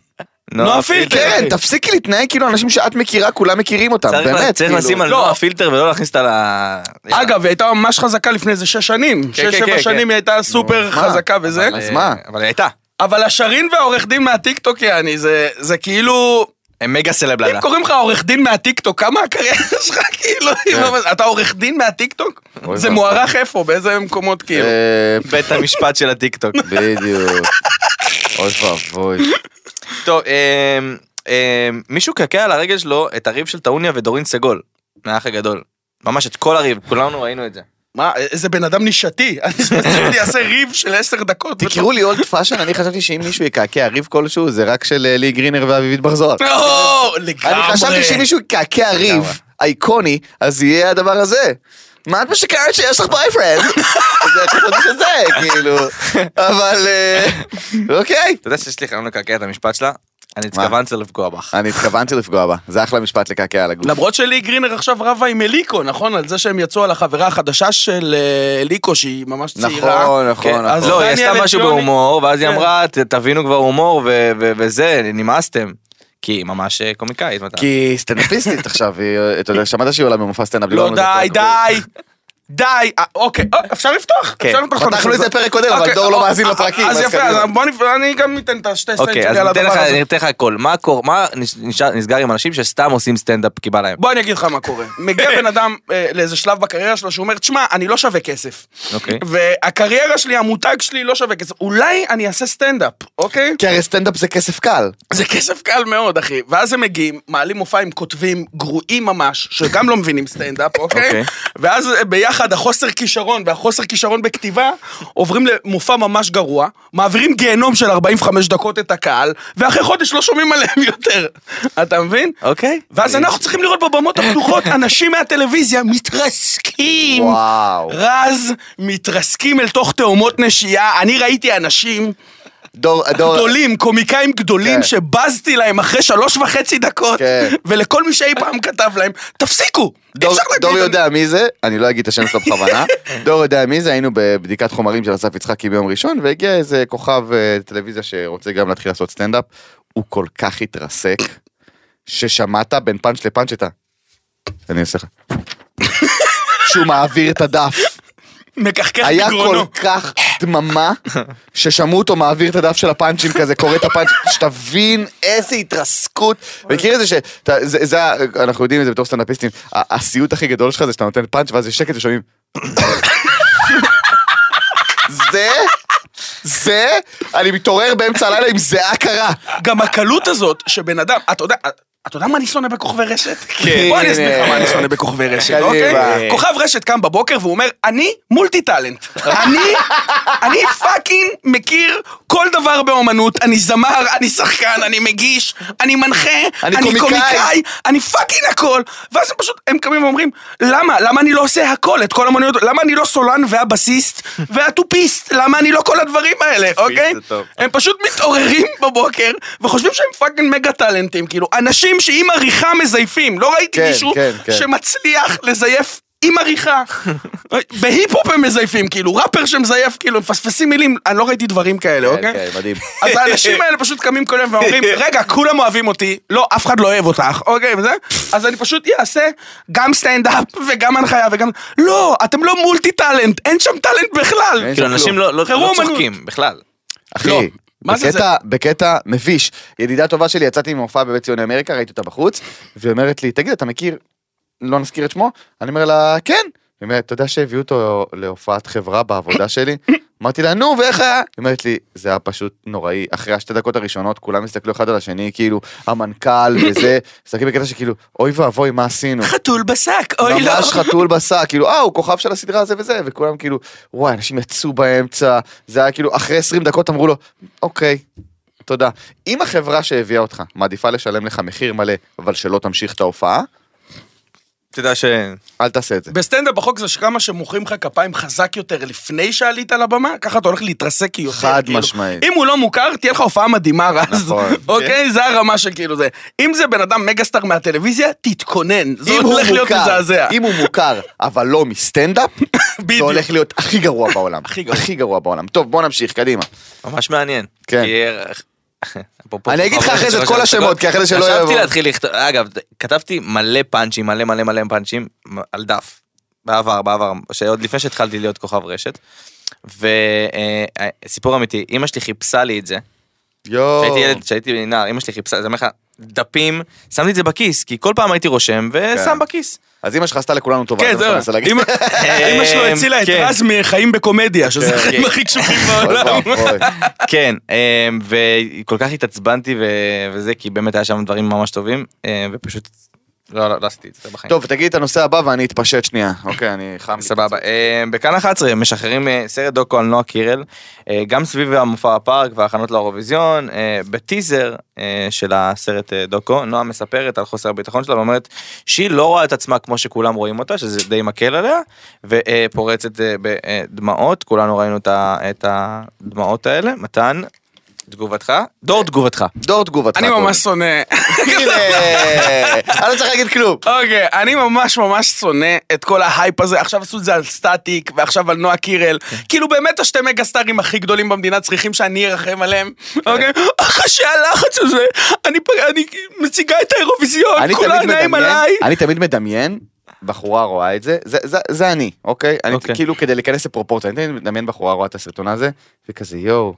Speaker 2: נועה פילטר.
Speaker 4: כן,
Speaker 2: אחי.
Speaker 4: תפסיקי להתנהג כאילו אנשים שאת מכירה, כולם מכירים אותם,
Speaker 3: צריך-
Speaker 4: באמת.
Speaker 3: צריך
Speaker 4: כאילו.
Speaker 3: לשים על
Speaker 2: לא.
Speaker 3: נועה פילטר ולא להכניס אותה ל...
Speaker 2: אגב, היא הייתה ממש חזקה לפני איזה שש שנים.
Speaker 3: כן,
Speaker 2: שש,
Speaker 3: כן,
Speaker 2: שבע
Speaker 3: כן.
Speaker 2: שנים היא הייתה סופר
Speaker 4: מה?
Speaker 2: חזקה וזה.
Speaker 4: אז מה?
Speaker 3: אבל היא הייתה.
Speaker 2: אבל השרין והעורך דין מהטיקטוק, יעני, זה- זה כאילו...
Speaker 3: הם מגה סלבללה.
Speaker 2: אם קוראים לך עורך דין מהטיקטוק, כמה הקריירה שלך כאילו, היא לא- אתה עורך דין מהטיקטוק?
Speaker 4: כן. אוי
Speaker 2: זה
Speaker 4: ואבוי.
Speaker 2: מוערך איפה, באיזה מקומות כאילו.
Speaker 4: אה,
Speaker 3: בית המשפט של הטיקטוק.
Speaker 4: בדיוק. אוי ואבוי.
Speaker 3: טוב, אמ, אמ, מישהו קעקע על הרגל שלו את הריב של טעוניה ודורין סגול, מהאח הגדול. ממש את כל הריב, כולנו ראינו את זה.
Speaker 2: מה, איזה בן אדם נישתי, אני חשבתי יעשה ריב של עשר דקות.
Speaker 4: תקראו לי אולד פאשן, אני חשבתי שאם מישהו יקעקע ריב כלשהו, זה רק של אה, לי גרינר ואביבית בר זוהר.
Speaker 2: לא, לגמרי.
Speaker 4: אני חשבתי שאם מישהו יקעקע ריב אייקוני, אז יהיה הדבר הזה. מה את משקרת שיש לך בייפרנד? זה חשבתי שזה, כאילו. אבל אה, אוקיי.
Speaker 3: אתה יודע שיש לי חלום לקעקע את המשפט שלה? אני התכוונתי לפגוע בך.
Speaker 4: אני התכוונתי לפגוע בה, זה אחלה משפט לקעקע על הגוף.
Speaker 2: למרות שלי גרינר עכשיו רבה עם אליקו, נכון? על זה שהם יצאו על החברה החדשה של אה, אליקו, שהיא ממש צעירה.
Speaker 4: נכון, נכון,
Speaker 3: כן, אז
Speaker 4: נכון.
Speaker 3: לא, היא
Speaker 2: דניאל
Speaker 3: עשתה משהו
Speaker 2: עציוני.
Speaker 3: בהומור, ואז היא
Speaker 2: כן.
Speaker 3: אמרה, "ת- תבינו כבר הומור ו- ו- וזה, נמאסתם. כי היא ממש אה, קומיקאית. מתן.
Speaker 4: כי היא סטנדאפיסטית עכשיו, היא, אה, אתה יודע, שמעת שהיא עולה במופע סטנדאפ.
Speaker 2: לא,
Speaker 4: דיברנו על זה
Speaker 2: די,
Speaker 4: פעם.
Speaker 2: די. די, אה, אוקיי, אה, אפשר לפתוח?
Speaker 4: כן.
Speaker 2: אפשר לפתוח את
Speaker 4: פתחנו את
Speaker 2: הנושא.
Speaker 4: זה פרק קודם, אבל
Speaker 2: אוקיי,
Speaker 4: דור לא
Speaker 2: אה,
Speaker 4: מאזין
Speaker 2: אה,
Speaker 4: לפרקים,
Speaker 2: אז
Speaker 4: אז
Speaker 2: יפה,
Speaker 4: קדימה.
Speaker 2: אז בוא נפ... אני גם אתן את השתי סנט
Speaker 3: אוקיי, אז
Speaker 2: שלי על
Speaker 3: ניתן
Speaker 2: הדבר
Speaker 3: לך- אני
Speaker 2: הזה.
Speaker 3: אתן לך הכל. מה קור- מה נש- נשאר- נסגר עם אנשים שסתם עושים סטנדאפ כי בא להם?
Speaker 2: בוא אני אגיד לך מה קורה. מגיע בן אדם אה, לאיזה שלב בקריירה שלו שהוא אומר, תשמע, אני לא שווה כסף.
Speaker 3: אוקיי.
Speaker 2: והקריירה שלי, המותג שלי לא שווה כסף. אולי אני אעשה סטנדאפ, אוקיי?
Speaker 4: כי הרי סטנדאפ זה כסף קל.
Speaker 2: זה כסף קל מאוד, אחי. ואז הם מגיעים, מעלים מופע עם כותבים גרועים ממש, שגם לא מבינים סטנדאפ, אוקיי?
Speaker 3: אוקיי.
Speaker 2: ואז ביחד החוסר כישרון והחוסר כישרון בכתיבה, עוברים למופע ממש גרוע, מעבירים גיהנום של 45 דקות את הקהל, ואחרי חודש לא שומעים עליהם יותר. אתה מבין?
Speaker 3: אוקיי.
Speaker 2: ואז אנחנו צריכים לראות בבמות הפתוחות אנשים מהטלוויזיה מתרסקים.
Speaker 4: וואו.
Speaker 2: רז, מתרסקים אל תוך תאומות נשייה. אני ראיתי אנשים
Speaker 4: דור, דור,
Speaker 2: גדולים, קומיקאים גדולים,
Speaker 4: כן.
Speaker 2: שבזתי להם אחרי שלוש וחצי דקות,
Speaker 4: כן.
Speaker 2: ולכל מי שאי פעם כתב להם, תפסיקו! אי
Speaker 4: דור,
Speaker 2: אפשר להגיד...
Speaker 4: דור יודע מי זה, אני לא אגיד את השם שלו בכוונה, דור יודע מי זה, היינו בבדיקת חומרים של אסף יצחקי ביום ראשון, והגיע איזה כוכב אה, טלוויזיה שרוצה גם להתחיל לעשות סטנדאפ, הוא כל כך התרסק, ששמעת בין פאנץ' לפאנץ' את ה... אני אעשה לך. שהוא מעביר את הדף.
Speaker 2: מקחקח
Speaker 4: היה כל
Speaker 2: בגרונו.
Speaker 4: כך דממה, ששמעו אותו מעביר את הדף של הפאנצ'ים כזה, קורא את הפאנצ'ים, שתבין איזה התרסקות. מכיר את זה ש... אתה- זה, זה, ה- אנחנו יודעים את זה בתור סטנדאפיסטים, ה- הסיוט הכי גדול שלך זה שאתה נותן פאנץ' ואז יש שקט ושומעים... זה? זה? אני מתעורר באמצע הלילה עם זיעה קרה.
Speaker 2: גם הקלות הזאת שבן אדם, אתה יודע... אתה יודע מה אני שונא בכוכבי רשת?
Speaker 4: כן.
Speaker 2: בוא אני אסביר לך מה אני שונא בכוכבי רשת,
Speaker 4: קדימה.
Speaker 2: אוקיי? כוכב רשת קם בבוקר והוא אומר, אני מולטי טאלנט. אני, אני פאקינג מכיר כל דבר באומנות. אני זמר, אני שחקן, אני מגיש, אני מנחה,
Speaker 4: אני
Speaker 2: אני
Speaker 4: קומיקאי.
Speaker 2: קומיקאי, אני פאקינג הכל. ואז הם פשוט, הם קמים ואומרים, למה? למה אני לא עושה הכל, את כל המוניות? למה אני לא סולן והבסיסט והטופיסט? למה אני לא כל הדברים האלה, אוקיי?
Speaker 4: זה טוב.
Speaker 2: הם פשוט מתעוררים בבוקר וחושבים שהם פאקינג מגה טאלנטים, כאילו, אנשים שעם עריכה מזייפים, לא ראיתי
Speaker 4: כן,
Speaker 2: מישהו
Speaker 4: כן, כן.
Speaker 2: שמצליח לזייף עם עריכה. בהיפ-הופ הם מזייפים, כאילו, ראפר שמזייף, כאילו, מפספסים מילים, אני לא ראיתי דברים כאלה, אוקיי?
Speaker 4: כן, מדהים.
Speaker 2: אז האנשים האלה פשוט קמים כל יום ואומרים, רגע, כולם אוהבים אותי, לא, אף אחד לא אוהב אותך, אוקיי, וזה, אז אני פשוט אעשה גם סטנדאפ וגם הנחיה וגם... לא, אתם לא מולטי טאלנט, אין שם טאלנט בכלל.
Speaker 4: אין
Speaker 3: כאילו
Speaker 4: שם
Speaker 3: אנשים
Speaker 4: כלום.
Speaker 3: לא- לא
Speaker 2: חירום
Speaker 3: לא
Speaker 2: אמנות.
Speaker 3: צוחקים בכלל.
Speaker 2: לא.
Speaker 4: אחי,
Speaker 2: מה זה
Speaker 4: בקטע, בקטע מביש. ידידה טובה שלי, יצאתי ממופע בבית ציוני אמריקה, ראיתי אותה בחוץ, והיא אומרת לי, תגיד, אתה מכיר, לא נזכיר את שמו? אני אומר לה, כן. היא אומרת, אתה יודע שהביאו אותו להופעת חברה בעבודה שלי? אמרתי לה, נו, ואיך היה? היא אומרת לי, זה היה פשוט נוראי. אחרי השתי דקות הראשונות, כולם הסתכלו אחד על השני, כאילו, המנכ"ל וזה, מסתכלים בקטע שכאילו, אוי ואבוי, מה עשינו?
Speaker 2: חתול בשק, אוי לא.
Speaker 4: ממש חתול בשק, כאילו, אה, הוא כוכב של הסדרה הזה וזה, וכולם כאילו, וואי, אנשים יצאו באמצע, זה היה כאילו, אחרי 20 דקות אמרו לו, אוקיי, תודה. אם החברה שהביאה אותך מעדיפה לשלם לך מחיר מלא, אבל שלא תמשיך את ההופעה,
Speaker 3: אתה יודע ש...
Speaker 4: אל תעשה את זה.
Speaker 2: בסטנדאפ החוק זה שכמה שמוחאים לך כפיים חזק יותר לפני שעלית על הבמה, ככה אתה הולך להתרסק יותר.
Speaker 4: חד
Speaker 2: כאילו.
Speaker 4: משמעית.
Speaker 2: אם הוא לא מוכר, תהיה לך הופעה מדהימה, רז.
Speaker 4: נכון.
Speaker 2: אוקיי? זה הרמה שכאילו זה. אם זה בן אדם מגה-סטאר מהטלוויזיה, תתכונן. זה
Speaker 4: אם הוא
Speaker 2: הולך להיות
Speaker 4: מוכר,
Speaker 2: מזעזע.
Speaker 4: אם הוא מוכר, אבל לא מסטנדאפ, זה
Speaker 2: בדיוק.
Speaker 4: הולך להיות הכי גרוע בעולם.
Speaker 2: גרוע.
Speaker 4: הכי גרוע בעולם. טוב, בוא נמשיך, קדימה.
Speaker 3: ממש מעניין.
Speaker 4: כן.
Speaker 3: כי, אה, אפרופו
Speaker 4: אני אגיד לך
Speaker 3: חברות
Speaker 4: אחרי זה את
Speaker 3: שלוש
Speaker 4: כל
Speaker 3: דקות.
Speaker 4: השמות, כי אחרי זה לא שלא
Speaker 3: חשבתי
Speaker 4: יבוא.
Speaker 3: להתחיל לכתוב, אגב, כתבתי מלא פאנצ'ים, מלא מלא מלא פאנצ'ים על דף. בעבר, בעבר, שעוד לפני שהתחלתי להיות כוכב רשת. וסיפור אמיתי, אמא שלי חיפשה לי את זה.
Speaker 4: יואו.
Speaker 3: כשהייתי ילד, כשהייתי נער, אמא שלי חיפשה, זה אומר לך, דפים, שמתי את זה בכיס, כי כל פעם הייתי רושם ושם
Speaker 4: כן.
Speaker 3: בכיס.
Speaker 4: אז אמא שלך עשתה לכולנו טובה,
Speaker 2: כן,
Speaker 4: זה מה שאני מנסה
Speaker 2: זהו.
Speaker 4: להגיד.
Speaker 2: אמא- אמא שלו הצילה את
Speaker 3: כן.
Speaker 2: רז מחיים בקומדיה, שזה
Speaker 3: כן.
Speaker 2: החיים הכי קשוחים
Speaker 4: אוי
Speaker 2: בעולם.
Speaker 4: ואבוי.
Speaker 3: כן, אמ, וכל כך התעצבנתי ו- וזה, כי באמת היה שם דברים ממש טובים, אמ, ופשוט לא לא- לא עשיתי את זה בחיים.
Speaker 4: טוב, תגיד את הנושא הבא ואני אתפשט שנייה. אוקיי, אני חם. לי.
Speaker 3: סבבה. אה, בכאן 11 משחררים אה, סרט דוקו על נועה קירל, אה, גם סביב המופע הפארק וההכנות לאירוויזיון, אה, בטיזר אה, של הסרט אה, דוקו, נועה מספרת על חוסר הביטחון שלה ואומרת שהיא לא רואה את עצמה כמו שכולם רואים אותה, שזה די מקל עליה, אה, ופורצת בדמעות, כולנו ראינו את ה- את הדמעות האלה, מתן. תגובתך? דור תגובתך.
Speaker 4: דור תגובתך.
Speaker 2: אני
Speaker 4: קודם.
Speaker 2: ממש שונא.
Speaker 4: הנה, אני לא צריך להגיד כלום.
Speaker 2: אוקיי, אני ממש ממש שונא את כל ההייפ הזה. עכשיו עשו את זה על סטטיק, ועכשיו על נועה קירל.
Speaker 4: כן.
Speaker 2: כאילו באמת השתי מגה סטארים הכי גדולים במדינה צריכים שאני ארחם עליהם.
Speaker 4: כן.
Speaker 2: אוקיי? אחרי שהלחץ הזה, אני פ- אני מציגה את האירוויזיון,
Speaker 4: אני
Speaker 2: כל
Speaker 4: תמיד
Speaker 2: העיניים
Speaker 4: מדמיין-
Speaker 2: עליי.
Speaker 4: אני תמיד מדמיין, בחורה רואה את זה, זה- זה- זה אני, אוקיי? אני
Speaker 3: אוקיי.
Speaker 4: כאילו כדי להיכנס לפרופורציה, אני תמיד מדמיין בחורה רואה את הסרטון הזה, וכזה יואו,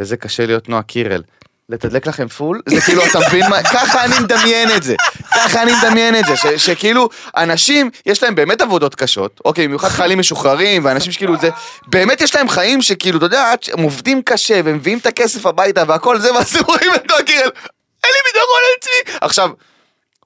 Speaker 4: איזה קשה להיות נועה קירל. לתדלק לכם פול? זה כאילו, אתה מבין מה? ככה אני מדמיין את זה. ככה אני מדמיין את זה. ש- שכאילו, אנשים, יש להם באמת עבודות קשות. אוקיי, במיוחד חיילים משוחררים, ואנשים שכאילו זה... באמת יש להם חיים שכאילו, אתה יודע, עד שהם עובדים קשה, והם מביאים את הכסף הביתה והכל זה, ואז הם רואים את נועה קירל. אין לי ביטחון עצמי. עכשיו,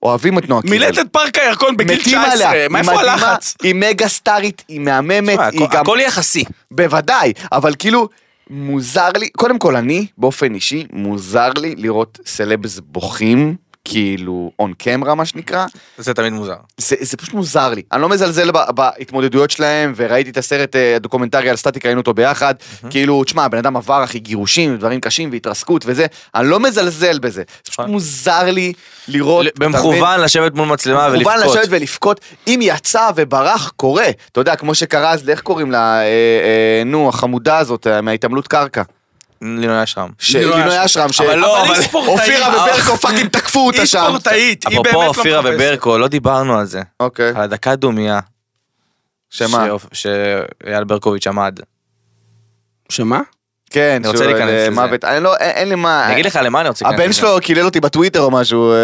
Speaker 4: אוהבים את נועה קירל.
Speaker 2: מילאת את פארק הירקון בגיל
Speaker 4: כאילו, מתים עליה,
Speaker 2: 19,
Speaker 4: היא
Speaker 2: מאיפה
Speaker 4: מדהימה,
Speaker 2: הלחץ?
Speaker 4: היא מגה סטארית, היא מהממת,
Speaker 3: תשמע,
Speaker 4: היא
Speaker 3: הכ-
Speaker 4: גם...
Speaker 3: הכל יחסי.
Speaker 4: בוודאי, אבל כאילו, מוזר לי, קודם כל אני, באופן אישי, מוזר לי לראות סלבס בוכים, כאילו, און קמרה מה שנקרא,
Speaker 3: זה תמיד מוזר.
Speaker 4: זה, זה פשוט מוזר לי. אני לא מזלזל ב- בהתמודדויות שלהם, וראיתי את הסרט אה, הדוקומנטרי על סטטיק, ראינו אותו ביחד. כאילו, תשמע, הבן אדם עבר אחי גירושים, דברים קשים והתרסקות וזה, אני לא מזלזל בזה. זה פשוט
Speaker 3: נכון.
Speaker 4: מוזר לי לראות... אתה מבין?
Speaker 3: במכוון לשבת מול מצלמה
Speaker 4: כמובן לשבת
Speaker 3: אה, ולבכות.
Speaker 4: ולבכות, אם יצא וברח, קורה. אתה יודע, כמו שקרה אז, איך קוראים לה, אה, אה, נו, החמודה הזאת, אה, מההתעמלות קרקע.
Speaker 3: לינוי אשרם.
Speaker 4: ש-
Speaker 2: לינוי
Speaker 4: לינוי אשרם, ש...
Speaker 3: אבל לא,
Speaker 2: אבל היא
Speaker 3: אבל-
Speaker 2: ספורטאית.
Speaker 4: אופירה וברקו פאקינג תקפו אותה
Speaker 2: היא
Speaker 4: שם.
Speaker 2: ספורטאית, היא באמת
Speaker 3: אפרופו
Speaker 2: לא
Speaker 3: אופירה
Speaker 2: מחפשת.
Speaker 3: וברקו, לא דיברנו על זה.
Speaker 4: אוקיי,
Speaker 3: על הדקה דומייה.
Speaker 4: שמה? אה.
Speaker 3: שאופ- שאייל ברקוביץ' עמד.
Speaker 2: שמה?
Speaker 4: כן,
Speaker 3: אני רוצה
Speaker 4: שהוא,
Speaker 3: להיכנס
Speaker 4: אה,
Speaker 3: לזה.
Speaker 4: מוות, אני לא, אין- אין לי מה.
Speaker 3: אני אגיד לך למה אני רוצה...
Speaker 4: הבן
Speaker 3: להיכנס לזה.
Speaker 4: שלו קילל אותי בטוויטר או משהו, אה,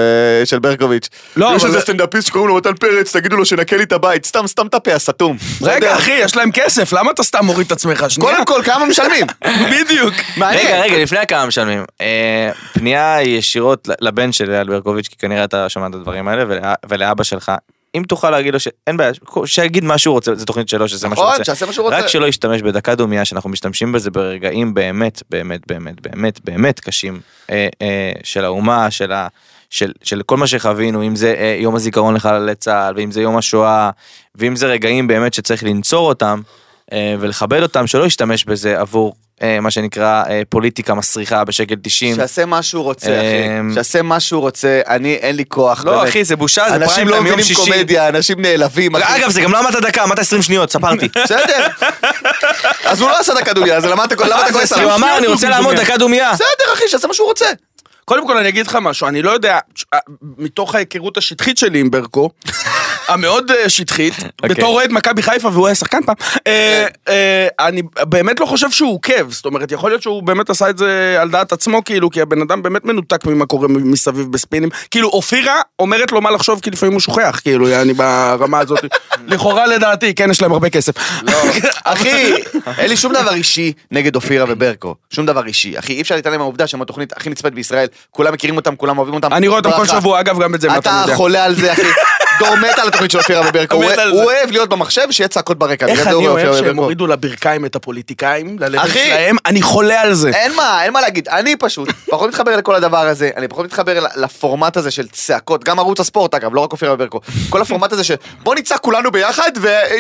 Speaker 4: של ברקוביץ'.
Speaker 2: לא,
Speaker 4: יש
Speaker 2: אבל-
Speaker 4: איזה סטנדאפיסט שקוראים לו מתן פרץ, תגידו לו שנקה לי את הבית, סתם, סתם את הפה, הסתום.
Speaker 2: רגע אחי, יש להם כסף, למה אתה סתם מוריד את עצמך? שנייה.
Speaker 4: קודם כל, כמה משלמים?
Speaker 2: בדיוק.
Speaker 4: מעניין.
Speaker 3: רגע, רגע, לפני כמה משלמים. אה, פנייה ישירות ל- לבן של אייל ברקוביץ', כי כנראה אתה שומע את הדברים האלה, ולא- ולאבא שלך. אם תוכל להגיד לו שאין בעיה, שיגיד מה שהוא רוצה, זו תוכנית שלו, שזה מה שהוא
Speaker 4: נכון,
Speaker 3: רוצה.
Speaker 4: שיעשה מה שהוא רוצה.
Speaker 3: רק שלא ישתמש בדקה דומייה שאנחנו משתמשים בזה ברגעים באמת באמת באמת באמת באמת קשים אה, אה, של האומה של ה... של, של כל מה שחווינו אם זה אה, יום הזיכרון לחללי צה"ל ואם זה יום השואה ואם זה רגעים באמת שצריך לנצור אותם אה, ולכבד אותם שלא ישתמש בזה עבור אה, מה שנקרא אה, פוליטיקה מסריחה בשקל 90.
Speaker 4: שיעשה מה שהוא רוצה, אחי.
Speaker 3: אמ,
Speaker 4: שיעשה מה שהוא רוצה, אני, אין לי כוח.
Speaker 3: לא
Speaker 4: באמת.
Speaker 3: אחי זה בושה זה
Speaker 4: אנשים
Speaker 3: פריים
Speaker 4: לא
Speaker 3: טיים, יום
Speaker 4: מבינים
Speaker 3: שישי.
Speaker 4: קומדיה, אנשים נעלבים, אחי.
Speaker 3: אגב זה גם לא עמדת דקה עמדת 20 שניות ספרתי.
Speaker 4: בסדר. אז הוא לא עשה דקה דומייה, אז למה אתה למה אתה כועס
Speaker 3: כי אה, הוא
Speaker 4: עליו?
Speaker 3: אמר אני רוצה לעמוד דקה דומייה.
Speaker 4: כן. בסדר, אחי, שיעשה מה שהוא רוצה.
Speaker 2: קודם כל אני אגיד לך משהו, אני לא יודע, ש- אה, מתוך ההיכרות השטחית שלי עם ברקו, המאוד אה, שטחית,
Speaker 4: אוקיי.
Speaker 2: בתור אוהד מכבי חיפה והוא היה שחקן פעם, אה,
Speaker 4: כן.
Speaker 2: אה, אני באמת לא חושב שהוא עוקב, זאת אומרת, יכול להיות שהוא באמת עשה את זה על דעת עצמו, כאילו, כי הבן אדם באמת מנותק ממה קורה מ- מסביב בספינים, כאילו, אופירה אומרת לו מה לחשוב, כי לפעמים הוא שוכח, כאילו, אני ברמה הזאת, לכאורה לדעתי, כן, יש להם הרבה כסף.
Speaker 4: לא. אחי, אין לי שום דבר אישי נגד אופירה וברקו. שום דבר אישי. אחי, אי אפשר להתעלם מהעובדה שהם התוכנית הכי נצפית בישראל, כולם מכירים אותם, כולם אוהבים אותם.
Speaker 2: אני רואה אותם כל
Speaker 4: ברכה.
Speaker 2: שבוע, אגב, גם את זה, אם
Speaker 4: אתה
Speaker 2: יודע.
Speaker 4: חולה על זה, אחי. דור מת על התוכנית של אופירה וברקו.
Speaker 2: מת
Speaker 4: הוא-
Speaker 2: על
Speaker 4: הוא
Speaker 2: זה.
Speaker 4: אוהב להיות במחשב, שיהיה צעקות ברקע. בגלל
Speaker 2: איך
Speaker 4: זה הוא
Speaker 2: אני
Speaker 4: אוהב
Speaker 2: אוהב
Speaker 4: אופירה
Speaker 2: שהם
Speaker 4: וברקו.
Speaker 2: הורידו לברכיים את הפוליטיקאים, ללבל
Speaker 4: אחי. אה,
Speaker 2: שלהם, אני חולה על זה.
Speaker 4: אין מה, אין מה להגיד, אני פשוט פחות מתחבר לכל הדבר הזה, אני פחות מתחבר ל- לפורמט הזה של צעקות, גם ערוץ הספורט אגב, לא רק אופירה וברקו, כל הפורמט הזה של בוא נצעק כולנו ביחד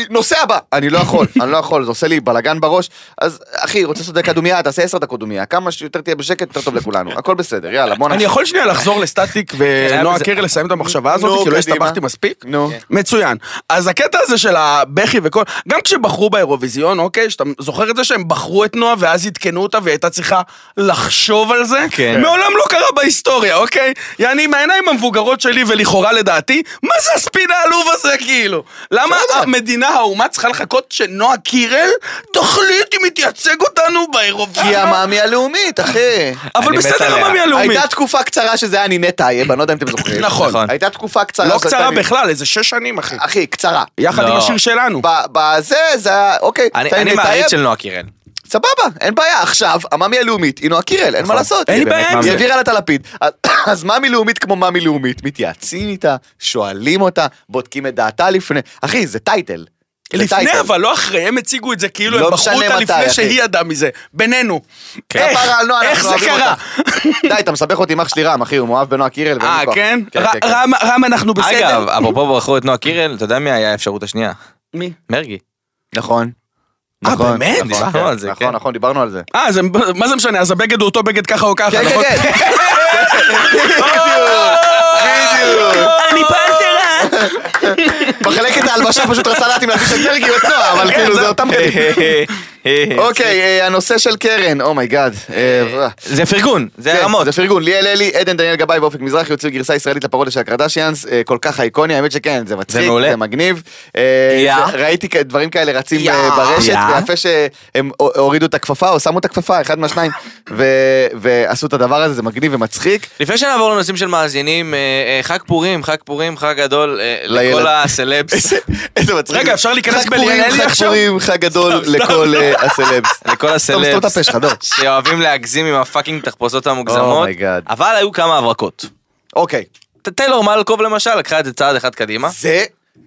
Speaker 4: ונוסע הבא, אני לא יכול, אני לא יכול, זה עושה לי בלאגן בראש, אז אחי, רוצה לעשות דקה דומייה, תעשה עשר דקות דומייה, כמה שיותר תהיה בשקט, יותר טוב לכולנו, הכל בסדר, יאללה, בוא
Speaker 2: אני
Speaker 4: נמשיך.
Speaker 2: יכול שנייה לחזור לסטטיק ונועה
Speaker 3: זה-
Speaker 2: קירל לסיים את המחשבה
Speaker 4: נו,
Speaker 2: הזאת, כי לא
Speaker 4: קדימה.
Speaker 2: הסתבכתי מספיק?
Speaker 4: נו.
Speaker 2: מצוין. אז הקטע הזה של הבכי וכל, גם כשבחרו באירוויזיון, אוקיי, שאתה זוכר את זה שהם בחרו את נועה ואז עדכנו אותה והיא הייתה צריכה לחשוב על זה?
Speaker 3: כן.
Speaker 2: מעולם לא קרה בהיסטוריה, אוקיי? יעני, מהעיניים המבוגרות שלי ולכאורה לדעתי, מה זה הספין העלוב הזה, כאילו? למה המדינה, האומה צריכה לחכות שנועה קירל תחליט אם היא תייצג אותנו באירוויזיון?
Speaker 4: כי המאמי הלאומית, אחי.
Speaker 2: אבל
Speaker 3: אני מת
Speaker 2: בסדר,
Speaker 3: עליה.
Speaker 2: המאמי הלאומית.
Speaker 4: הייתה תקופה קצרה שזה היה נינת טייב, אני לא יודע אם אתם זוכרים.
Speaker 2: נכון.
Speaker 3: נכון.
Speaker 4: הייתה תקופה קצרה.
Speaker 2: לא
Speaker 4: שזה
Speaker 2: קצרה
Speaker 4: הייתה-
Speaker 2: בכלל, איזה שש שנים, אחי.
Speaker 4: אחי, קצרה.
Speaker 2: יחד עם
Speaker 3: לא.
Speaker 2: השיר שלנו.
Speaker 4: ב- בזה, זה היה, אוקיי.
Speaker 3: אני
Speaker 4: טייב
Speaker 3: אני
Speaker 4: וטייב.
Speaker 3: מעריץ של נועה קירל.
Speaker 4: סבבה, אין בעיה, עכשיו, המאמי הלאומית היא נועה קירל, אין מה לעשות.
Speaker 2: נכון. אין
Speaker 4: היא
Speaker 2: לי בעיה
Speaker 4: באמת
Speaker 2: עם
Speaker 4: מאמי.
Speaker 2: זה.
Speaker 4: היא העבירה לה את הלפיד. אז- אז מאמי לאומית כמו מאמי לאומית, מתייעצים איתה, שואלים אותה, בודקים את דעתה לפני. אחי, זה טייטל. זה
Speaker 2: לפני
Speaker 4: טייטל.
Speaker 2: אבל, לא אחרי, הם הציגו את זה כאילו
Speaker 4: לא
Speaker 2: הם בחרו
Speaker 4: משנה
Speaker 2: אותה
Speaker 4: מתי,
Speaker 2: לפני
Speaker 4: אחי.
Speaker 2: שהיא ידעה מזה, בינינו. אה, איך?
Speaker 4: כפרה על נועה,
Speaker 2: איך
Speaker 4: אנחנו
Speaker 2: זה
Speaker 4: אוהבים
Speaker 2: קרה?
Speaker 4: אותך. די, אתה מסבך אותי עם אח שלי רם, אחי, הוא מאוהב בנועה קירל. ואין לי
Speaker 2: אה,
Speaker 4: כוח.
Speaker 2: כן? ר-
Speaker 4: כן.
Speaker 2: רם, רם, אנחנו בסדר.
Speaker 3: אגב אפרופו ברחו את נועה קירל אתה יודע מי היה האפשרות השנייה?
Speaker 2: מי?
Speaker 3: מרגי.
Speaker 4: נכון.
Speaker 2: אה, באמת?
Speaker 3: נכון. דיברנו על זה,
Speaker 4: נכון,
Speaker 3: כן.
Speaker 4: נכון, דיברנו על זה.
Speaker 2: אה, זה- מה זה משנה, אז הבגד הוא אותו בגד ככה או ככה,
Speaker 4: כן,
Speaker 2: נכון? אה!
Speaker 4: כן, כן.
Speaker 2: אני פנתרה!
Speaker 4: מחלקת ההלבשה פשוט רצה לדעת אם להלביש את מרגי או את נועה,
Speaker 3: אה,
Speaker 2: כן,
Speaker 4: אבל כאילו זה אותם בגדים. אוקיי, אה, הנושא של קרן, oh אומייגאד.
Speaker 3: זה פרגון, אה, זה
Speaker 4: אה, כן,
Speaker 3: הרמות.
Speaker 4: זה פרגון, ליאל אלי, עדן דניאל גבאי ואופק מזרחי הוציאו גרסה ישראלית לפרודיה של הקרדשיאנס, אה, כל כך אייקוני, האמת שכן, זה מצחיק,
Speaker 3: זה מעולה.
Speaker 4: זה מגניב. אה,
Speaker 3: יא.
Speaker 4: זה- ראיתי כ- דברים כאלה רצים
Speaker 3: יא.
Speaker 4: אה, ברשת,
Speaker 3: יא.
Speaker 4: ויפה שהם הו- הורידו את הכפפה או שמו את הכפפה, אחד מהשניים, ו- ועשו את הדבר הזה, זה מגניב ומצחיק.
Speaker 3: לפני שנעבור לנושאים של מאזינים, אה, אה, חג פורים, חג פורים, חג גדול אה,
Speaker 4: לילד.
Speaker 3: לכל הסלבס,
Speaker 4: איזה מצחיק.
Speaker 2: רגע, אפשר להיכנס
Speaker 4: חג
Speaker 2: בליאל
Speaker 4: פורים,
Speaker 2: אלי
Speaker 4: חג
Speaker 2: עכשיו?
Speaker 4: פורים, חג גדול לכל אה, הסלבס.
Speaker 3: לכל
Speaker 4: סתום סתום את הפה
Speaker 3: הסלבס,
Speaker 4: שלך, דור.
Speaker 3: שאוהבים להגזים עם הפאקינג תחפושות המוגזמות,
Speaker 4: אומייגאד.
Speaker 3: אבל היו כמה הברקות.
Speaker 4: אוקיי,
Speaker 3: ט- טיילור מלקוב למשל לקחה את זה צעד אחד קדימה.
Speaker 4: זה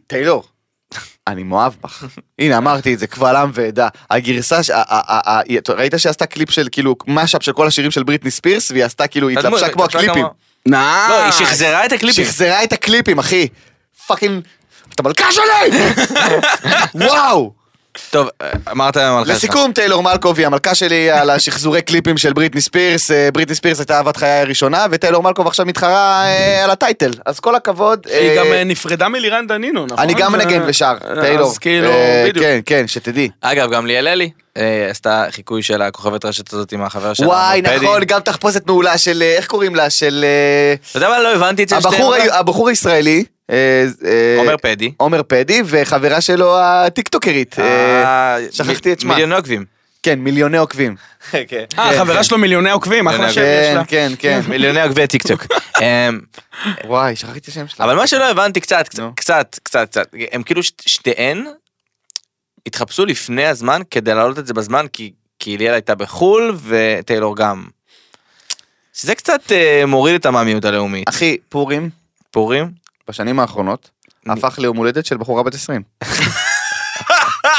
Speaker 4: טיילור. אני מאוהב בך. הנה אמרתי את זה קבל עם ועדה. הגרסה, ש- ה- ה- ה- ה- היא- אתה ראית שהיא עשתה קליפ של כאילו משאפ של כל השירים של בריטני ספירס והיא עשתה כאילו, היא התלבשה כמו הקליפים.
Speaker 2: נא!
Speaker 4: אה,
Speaker 3: לא, היא שחזרה את הקליפים.
Speaker 4: שחזרה את הקליפים אחי. פאקינג, את המלכה שלי! וואו!
Speaker 3: טוב, אה, אמרת היום
Speaker 2: אוקיי,
Speaker 3: על
Speaker 4: לסיכום טיילור מלקוב היא המלכה שלי על השחזורי קליפים של בריטני ספירס. אה, בריטני ספירס הייתה אהבת חיי הראשונה וטיילור מלקוב עכשיו מתחרה אה, על הטייטל. אז כל הכבוד.
Speaker 2: היא
Speaker 4: אה,
Speaker 2: גם אה, נפרדה מלירן דנינו, נכון?
Speaker 4: אני גם
Speaker 2: זה-
Speaker 4: מנגן ושר, טיילור.
Speaker 2: אז כאילו,
Speaker 4: אה,
Speaker 2: בדיוק.
Speaker 4: כן, כן, שתדעי.
Speaker 3: אגב, גם ליאל אלי אה, עשתה חיקוי של הכוכבת רשת הזאת עם החבר שלה.
Speaker 4: וואי,
Speaker 3: מר פדי.
Speaker 4: נכון, גם תחפושת מעולה של, אה, איך קוראים לה? של... אה,
Speaker 3: אתה יודע מה? לא הבנתי את זה.
Speaker 4: הבחור
Speaker 3: שתי-
Speaker 4: ה- הבחור הישראלי. אה, אה,
Speaker 3: עומר פדי.
Speaker 4: עומר פדי, וחברה שלו הטיקטוקרית. אה,
Speaker 3: אה,
Speaker 4: שכחתי את שמה.
Speaker 3: מיליון עוקבים.
Speaker 4: כן, מיליוני עוקבים.
Speaker 2: אה, חברה שלו מיליוני עוקבים, אחלה שם יש
Speaker 4: כן,
Speaker 2: לה.
Speaker 4: כן, כן.
Speaker 3: מיליוני עוקבי טיק טוק.
Speaker 4: וואי, שכחתי את השם שלה.
Speaker 3: אבל מה שלא הבנתי קצת, קצת,
Speaker 4: נו.
Speaker 3: קצת, קצת, קצת, הם כאילו ש- שתיהן התחפשו לפני הזמן כדי להעלות את זה בזמן, כי- כי ליאל הייתה בחול וטיילור גם. שזה קצת אה, מוריד את המאמיות הלאומית.
Speaker 4: אחי, פורים,
Speaker 3: פורים?
Speaker 4: בשנים האחרונות, הפך ליום הולדת של בחורה בת 20.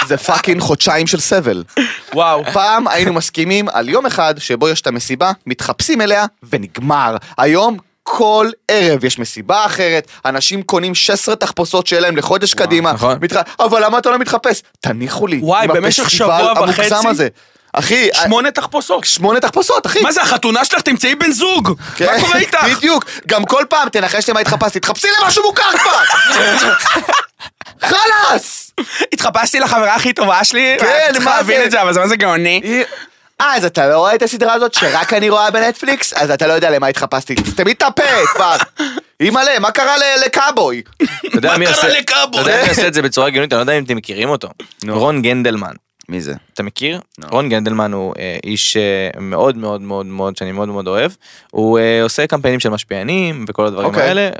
Speaker 4: זה פאקינג חודשיים של סבל.
Speaker 2: וואו.
Speaker 4: פעם היינו מסכימים על יום אחד שבו יש את המסיבה, מתחפשים אליה ונגמר. היום כל ערב יש מסיבה אחרת, אנשים קונים 16 תחפושות שלהם לחודש קדימה,
Speaker 3: נכון.
Speaker 4: מתח... אבל למה אתה לא מתחפש? תניחו לי,
Speaker 2: וואי,
Speaker 4: עם
Speaker 2: במשך
Speaker 4: הפסטיבל
Speaker 2: שבוע
Speaker 4: המוגזם
Speaker 2: וחצי?
Speaker 4: הזה. אחי,
Speaker 2: שמונה תחפושות.
Speaker 4: אה, שמונה תחפושות, אחי.
Speaker 2: מה זה, החתונה שלך? תמצאי בן זוג!
Speaker 4: כן,
Speaker 2: מה קורה איתך?
Speaker 4: בדיוק, גם כל פעם תנחש למה התחפשתי, תחפשי למשהו מוכר כבר! חלאס!
Speaker 2: התחפשתי לחברה הכי טובה שלי,
Speaker 4: כן,
Speaker 2: רק צריך
Speaker 4: מה
Speaker 2: להבין
Speaker 4: זה?
Speaker 2: את זה, אבל זה מה זה גאוני.
Speaker 4: אה, אז אתה לא רואה את הסדרה הזאת שרק אני רואה בנטפליקס? אז אתה לא יודע למה התחפשתי. תסתמי את הפה כבר. אימא'לה, מה קרה ל- לקאבוי?
Speaker 3: אתה יודע
Speaker 2: מה
Speaker 3: מי
Speaker 2: קרה
Speaker 3: עושה-
Speaker 2: לקאבו?
Speaker 3: אתה יודע מי עושה את זה בצורה גאונית? אני לא יודע אם אתם מכירים אותו. רון גנדלמן.
Speaker 4: מי זה?
Speaker 3: אתה מכיר?
Speaker 4: לא.
Speaker 3: רון גנדלמן הוא אה, איש אה, מאוד מאוד מאוד מאוד שאני מאוד מאוד אוהב. הוא אה, עושה קמפיינים של משפיענים וכל הדברים
Speaker 4: אוקיי.
Speaker 3: האלה. אה,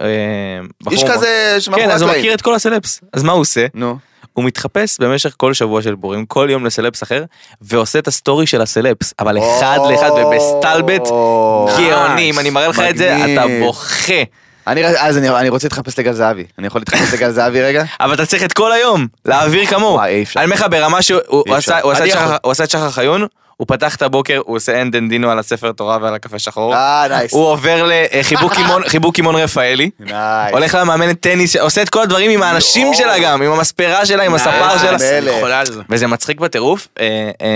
Speaker 3: בחור
Speaker 4: איש
Speaker 3: מאוד-
Speaker 4: כזה שמאחורי
Speaker 3: כן, אז הוא
Speaker 4: הקלעים. Mm.
Speaker 3: מכיר את כל הסלפס. אז מה הוא עושה?
Speaker 4: נו.
Speaker 3: הוא מתחפש במשך כל שבוע של פורים, כל יום לסלפס אחר, ועושה את הסטורי של הסלפס, אבל אחד לאחד ובסטלבט גאוני. אם אני מראה לך את זה,
Speaker 4: מגניב.
Speaker 3: אתה בוכה.
Speaker 4: אני ר- אז אני- אני רוצה להתחפש לגל זהבי. אני יכול להתחפש לגל זהבי רגע?
Speaker 3: אבל אתה צריך את כל היום להעביר כמוהו.
Speaker 4: וואי, אי אפשר.
Speaker 3: אני אומר לך ברמה שהוא הוא
Speaker 4: אי אפשר.
Speaker 3: עשה- הוא עשה
Speaker 4: אני
Speaker 3: את שחר-
Speaker 4: יכול.
Speaker 3: הוא עשה את שחר חיון, הוא פתח את הבוקר, הוא עושה אין דנדינו על הספר תורה ועל הקפה שחור.
Speaker 4: אה, נייס.
Speaker 3: הוא עובר לחיבוק קימון- חיבוק קימון רפאלי.
Speaker 4: נייס.
Speaker 3: הולך למאמנת טניס, עושה את כל הדברים עם
Speaker 4: לא.
Speaker 3: האנשים שלה גם, עם המספרה שלה, עם
Speaker 4: אה,
Speaker 3: הספר
Speaker 4: איזה
Speaker 3: שלה.
Speaker 4: מלך.
Speaker 3: אני חולה על זה. וזה מצחיק בטירוף, אה, אה,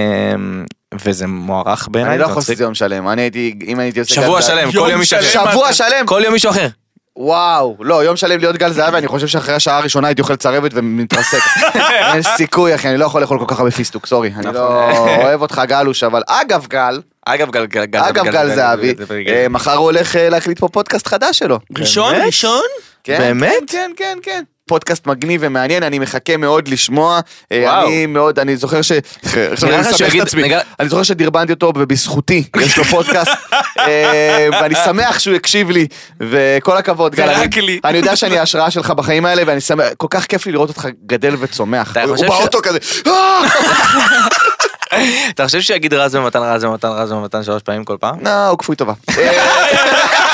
Speaker 3: וזה מוערך בעיניי.
Speaker 4: אני לא
Speaker 3: זה
Speaker 4: יכול לעשות את
Speaker 3: מצחיק.
Speaker 4: זה יום שלם. אני הייתי, אם הייתי עושה גל
Speaker 3: שבוע
Speaker 4: זהבי-
Speaker 3: שלם,
Speaker 2: יום
Speaker 3: כל יום מישהו אחר.
Speaker 2: שלם.
Speaker 4: שבוע שלם.
Speaker 3: כל יום מישהו אחר.
Speaker 4: וואו, לא, יום שלם להיות גל זהבי, אני חושב שאחרי השעה הראשונה הייתי אוכל צרבת ומתרסק. אין סיכוי, אחי, אני לא יכול לאכול כל כך הרבה פיסטוק, סורי. אני לא אוהב אותך, גלוש, אבל אגב, גל,
Speaker 3: אגב, גל גל- גל-
Speaker 4: אגב, גל זהבי, אה, מחר הוא הולך אה, להקליט פה פודקאסט חדש שלו.
Speaker 2: ראשון? ראשון?
Speaker 4: כן,
Speaker 3: באמת?
Speaker 4: כן, כן, כן, כן. פודקאסט מגניב ומעניין, אני מחכה מאוד לשמוע. אה,
Speaker 3: וואו.
Speaker 4: אני מאוד, אני זוכר ש... עכשיו אני
Speaker 3: לך שהוא
Speaker 4: מסבך את
Speaker 3: יגיד-
Speaker 4: עצמי.
Speaker 3: נגע-
Speaker 4: אני זוכר שדרבנתי אותו, ובזכותי יש לו פודקאסט, אה, ואני שמח שהוא הקשיב לי, וכל הכבוד, גל.
Speaker 2: ורק
Speaker 4: אני-
Speaker 2: לי.
Speaker 4: אני יודע שאני ההשראה שלך בחיים האלה, ואני שמח, כל כך כיף לי לראות אותך גדל וצומח.
Speaker 3: אתה
Speaker 4: הוא
Speaker 3: חושב ש-
Speaker 4: באוטו כזה, "אה!"
Speaker 3: אתה חושב שיגיד רז ומתן, רז ומתן, רז ומתן שלוש פעמים כל פעם?
Speaker 4: לא, הוא כפוי טובה. אה,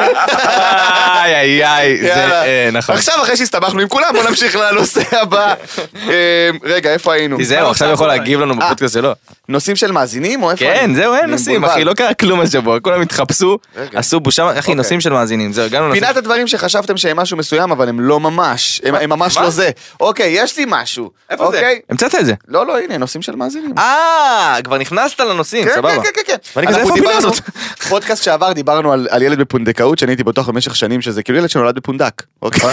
Speaker 5: איי איי איי, זה
Speaker 4: יאללה.
Speaker 5: אה, נכון.
Speaker 4: עכשיו אחרי שהסתבכנו עם כולם בוא נמשיך לנושא הבא. אה, רגע איפה היינו?
Speaker 5: תיזהר, עכשיו הוא יכול להגיב לנו בפודקאסט שלו.
Speaker 4: נושאים של מאזינים או איפה?
Speaker 5: כן,
Speaker 4: אני?
Speaker 5: זהו, אין
Speaker 4: אני
Speaker 5: נושאים,
Speaker 4: מבולבל.
Speaker 5: אחי, לא קרה כלום השבוע, כולם התחפשו,
Speaker 4: רגע.
Speaker 5: עשו בושה, אחי,
Speaker 4: אוקיי.
Speaker 5: נושאים של מאזינים, זהו, הגענו לנושאים.
Speaker 4: פינת הדברים שחשבתם שהם משהו מסוים אבל הם לא ממש, הם- הם ממש לא זה. אוקיי, יש לי משהו.
Speaker 3: איפה זה?
Speaker 4: אוקיי?
Speaker 5: המצאת את זה.
Speaker 4: לא, לא, הנה, נושאים של מאזינים.
Speaker 3: אה, כבר נכנסת לנושאים,
Speaker 4: כן,
Speaker 3: סבבה.
Speaker 4: כן, כן, כן, כן.
Speaker 5: ואני כזה,
Speaker 4: אנחנו
Speaker 5: איפה הפינה
Speaker 4: דיברנו-
Speaker 5: הזאת?
Speaker 4: פודקאסט שעבר דיברנו על על ילד בפונדקאות, שאני הייתי בטוח במשך שנים שזה כאילו ילד שנולד בפונדק. אוקיי?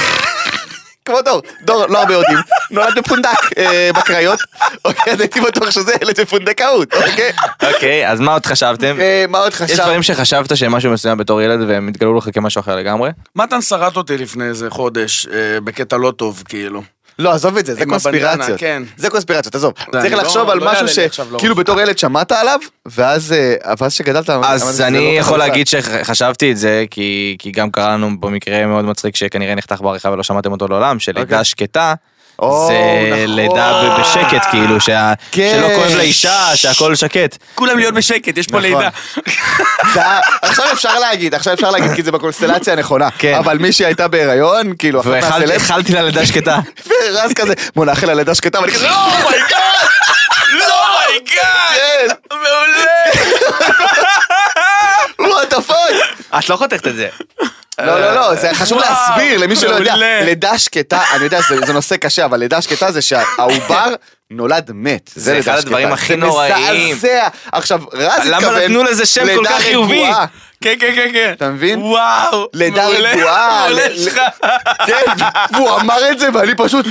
Speaker 4: כמו דור, דור, לא הרבה יודעים, נולד בפונדק אה, בקריות, אוקיי, אז הייתי בטוח שזה ילד בפונדקאות, אוקיי?
Speaker 5: אוקיי, אז מה עוד חשבתם?
Speaker 4: אה, מה עוד
Speaker 5: יש
Speaker 4: חשב?
Speaker 5: דברים שחשבת שהם משהו מסוים בתור ילד והם התגלו לך כמשהו אחר לגמרי?
Speaker 2: מתן שרט אותי לפני איזה חודש, אה, בקטע לא טוב, כאילו.
Speaker 4: לא, עזוב את זה, זה
Speaker 2: עם הבנדנה,
Speaker 4: קונספירציות.
Speaker 2: כן.
Speaker 4: זה קונספירציות, עזוב.
Speaker 2: אני
Speaker 4: צריך
Speaker 2: לא-
Speaker 4: לחשוב על
Speaker 2: לא יעלה
Speaker 4: משהו
Speaker 2: לי
Speaker 4: ש...
Speaker 2: עכשיו לראש.
Speaker 4: כאילו בתור ילד שמעת עליו, ואז אה, ואז שגדלת... אמרת,
Speaker 5: אז
Speaker 4: "זה לא
Speaker 5: אני
Speaker 4: ככה
Speaker 5: יכול
Speaker 4: בכלל".
Speaker 5: להגיד שחשבתי את זה כי כי גם קרה לנו במקרה מאוד מצחיק שכנראה נחתך בעריכה ולא שמעתם אותו לעולם שלידה שקטה.
Speaker 4: או,
Speaker 5: זה
Speaker 4: נכון.
Speaker 5: לידה ב- בשקט כאילו שה-
Speaker 4: כן.
Speaker 5: שלא כואב לאישה שהכל שקט.
Speaker 2: כולם להיות בשקט,
Speaker 4: נכון.
Speaker 2: יש פה לידה.
Speaker 4: זה היה- עכשיו אפשר להגיד, עכשיו אפשר להגיד כי זה בקונסטלציה הנכונה.
Speaker 5: כן.
Speaker 4: אבל מישהי הייתה בהיריון, כאילו, אחת
Speaker 5: והחלתי
Speaker 4: מהסלב,
Speaker 5: החלתי לה לידה שקטה.
Speaker 4: ורז כזה, בוא נאחל לה לידה שקטה, ואני כזה, "לא, אומייגאד,
Speaker 2: לא,
Speaker 4: כן,
Speaker 2: אומייגאד! oh מעולה!
Speaker 4: וואט דה פאק.
Speaker 3: את לא חותכת את זה.
Speaker 4: לא, לא, לא, זה חשוב
Speaker 2: וואו,
Speaker 4: להסביר למי שלא יודע.
Speaker 2: מעולה.
Speaker 4: לידה שקטה, אני יודע, זה- זה נושא קשה, אבל לידה שקטה זה שהעובר נולד מת. זה לידה
Speaker 3: אחד
Speaker 4: שקטה.
Speaker 3: הדברים הכי נוראים.
Speaker 4: זה מזעזע. עכשיו, רז התכוון...
Speaker 3: למה נתנו לזה שם כל
Speaker 4: לידה
Speaker 3: כך חיובי?
Speaker 4: רגועה.
Speaker 2: כן, כן, כן, כן.
Speaker 4: אתה מבין?
Speaker 2: וואו!
Speaker 4: לידה
Speaker 2: מעולה,
Speaker 4: רגועה,
Speaker 2: מעולה
Speaker 4: ל-
Speaker 2: שלך.
Speaker 4: כן, והוא אמר את זה, ואני פשוט...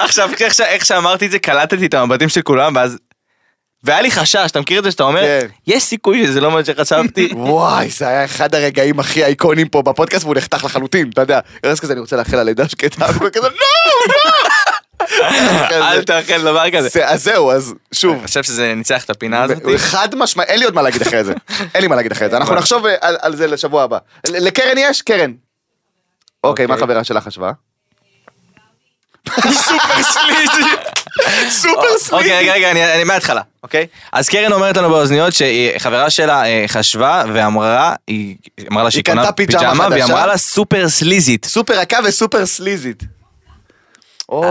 Speaker 3: עכשיו, איך ש- איך שאמרתי את זה, קלטתי את המבטים של כולם, ואז... והיה לי חשש, אתה מכיר את זה שאתה אומר,
Speaker 4: כן.
Speaker 3: יש סיכוי שזה לא מה שחשבתי.
Speaker 4: וואי, זה היה אחד הרגעים הכי אייקונים פה בפודקאסט, והוא נחתך לחלוטין, אתה יודע. ארז כזה, אני רוצה לאחל ללידה שקטה, והוא כזה, לא,
Speaker 3: אל
Speaker 4: לא!
Speaker 3: תאכל דבר כזה. אה,
Speaker 4: זה- אז זהו, אז שוב.
Speaker 3: אני חושב שזה ניצח את הפינה הזאת.
Speaker 4: חד משמעי, אין לי עוד מה להגיד אחרי זה. אין לי מה להגיד אחרי זה, אנחנו נחשוב אה, על על זה לשבוע הבא. ל- לקרן יש? קרן. אוקיי, מה החברה שלך חשבה?
Speaker 2: סופר שלישי. סופר סליזי.
Speaker 3: אוקיי, רגע, רגע, אני אני מההתחלה, אוקיי? אז קרן אומרת לנו באוזניות שחברה שלה אה, חשבה ואמרה, היא אמרה לה שהיא
Speaker 4: קנתה
Speaker 3: קונה
Speaker 4: פיג'מה
Speaker 3: פיג'מה, והיא
Speaker 4: חדשה?
Speaker 3: אמרה לה סופר סליזית.
Speaker 4: סופר רכה וסופר סליזית. אוי.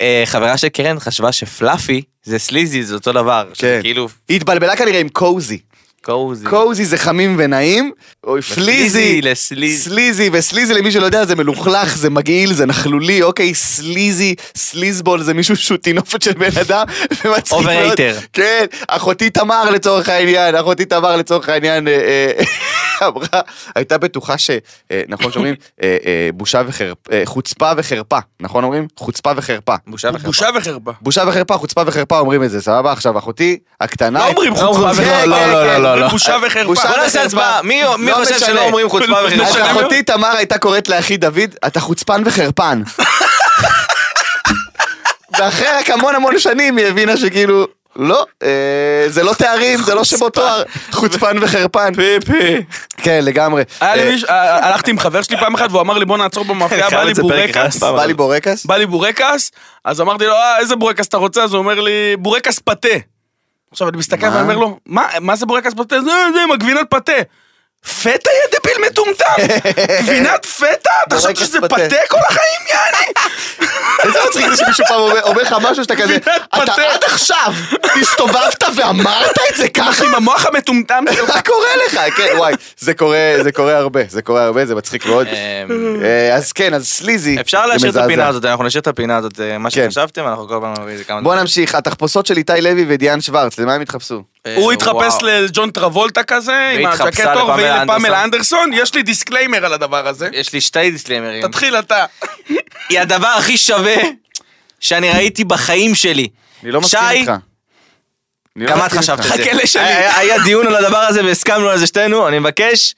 Speaker 3: אה, חברה של קרן חשבה שפלאפי זה סליזי, זה אותו דבר. שזה
Speaker 4: כן.
Speaker 3: כאילו
Speaker 4: היא התבלבלה כנראה עם קוזי.
Speaker 3: קוזי.
Speaker 4: קוזי זה חמים ונעים, אוי פליזי,
Speaker 3: לסליזי.
Speaker 4: סליזי וסליזי למי שלא יודע זה מלוכלך, זה מגעיל, זה נכלולי, אוקיי, סליזי, סליזבול זה מישהו שהוא טינופת של בן אדם, ומצחיק מאוד.
Speaker 3: Overrater.
Speaker 4: כן, אחותי תמר לצורך העניין, אחותי תמר לצורך העניין, אה, אה, אמרה, הייתה בטוחה ש... אה, נכון שאומרים? אה, אה, בושה וחרפה, חוצפה וחרפה, נכון אומרים? חוצפה וחרפה.
Speaker 3: בושה וחרפה.
Speaker 2: בושה וחרפה.
Speaker 4: בושה וחרפה, חוצפה וחרפה אומרים את זה, סבבה? עכשיו אחותי הקטנה...
Speaker 2: לא אומרים חוצפה
Speaker 4: כן,
Speaker 2: וחרפה.
Speaker 4: כן,
Speaker 3: לא, לא,
Speaker 4: כן.
Speaker 3: לא, לא, לא.
Speaker 2: בושה וחרפה.
Speaker 4: בושה
Speaker 3: בוא נעשה
Speaker 4: וחרפה.
Speaker 3: הצבעה, מי מי
Speaker 4: לא
Speaker 3: חושב
Speaker 4: משנה.
Speaker 3: שלא אומרים חוצפה
Speaker 2: לא
Speaker 3: וחרפה?
Speaker 4: אז
Speaker 2: משנה.
Speaker 4: אחותי תמר הייתה קוראת לאחי דוד, אתה חוצפן וחרפן. ואחרי רק המון המון שנים היא הבינה שכאילו, לא, אה, זה לא תארים, זה לא שמות תואר, חוצפן וחרפן.
Speaker 3: פיפי.
Speaker 4: כן, לגמרי.
Speaker 2: היה לי
Speaker 4: אה, כן,
Speaker 2: מישהו, אה, הלכתי עם חבר שלי פעם אחת והוא אמר לי בוא נעצור במאפייה,
Speaker 3: חייב
Speaker 2: בא לי
Speaker 3: לספר לך
Speaker 2: בורקס,
Speaker 3: פעם.
Speaker 4: בא לי בורקס?
Speaker 2: בא לי בורקס, אז אמרתי לו אה איזה בורקס אתה רוצה? אז הוא אומר לי בורקס פתה. עכשיו אני מסתכל ואני אומר לו מה מה זה בורקס פתה? זה זה עם הגבינת פתה. פטה יא דביל מטומטם! גבינת פטה? אתה חשבת
Speaker 4: בורקס
Speaker 2: שזה
Speaker 4: פתה.
Speaker 2: פתה כל החיים יעני?
Speaker 4: איזה מצחיק זה שמישהו פעם אומר- אומר לך משהו שאתה כזה, אתה
Speaker 2: פתה.
Speaker 4: עד עכשיו הסתובבת ואמרת את זה ככה?
Speaker 2: עם המוח המטומטם שלך.
Speaker 4: מה קורה לך? כן, וואי, זה קורה, זה קורה הרבה, זה קורה הרבה, זה מצחיק מאוד. אה, אז כן, אז סליזי.
Speaker 3: אמ, אפשר
Speaker 4: זה
Speaker 3: להשאיר את
Speaker 4: מזעזע.
Speaker 3: הפינה הזאת, אנחנו נשאיר את הפינה הזאת, אה, מה
Speaker 4: כן.
Speaker 3: שחשבתם, אנחנו כל פעם נביא איזה כמה
Speaker 4: בוא נמשיך, התחפושות של איתי לוי ודיאן שוורץ, למה הם התחפשו?
Speaker 3: אה,
Speaker 2: הוא התחפש
Speaker 3: וואו.
Speaker 2: לג'ון טרבולטה כזה, עם
Speaker 3: והיא התחפשה
Speaker 2: הג'קט עור,
Speaker 3: לפמלה
Speaker 2: והיא לפמלה
Speaker 3: אנדרסון. אה,
Speaker 2: אנדרסון, יש לי דיסקליימר על הדבר הזה.
Speaker 3: יש לי שתי דיסקליימרים.
Speaker 2: תתחיל אתה.
Speaker 3: היא הדבר הכי שווה שאני ראיתי בחיים שלי.
Speaker 4: אני לא מסכים
Speaker 3: שי,
Speaker 4: איתך. אני לא
Speaker 3: גם את
Speaker 4: מסכים
Speaker 3: חשבת
Speaker 4: איתך.
Speaker 3: על זה.
Speaker 2: חכה לשני.
Speaker 3: היה- היה דיון על הדבר הזה והסכמנו על זה שתינו, אני מבקש,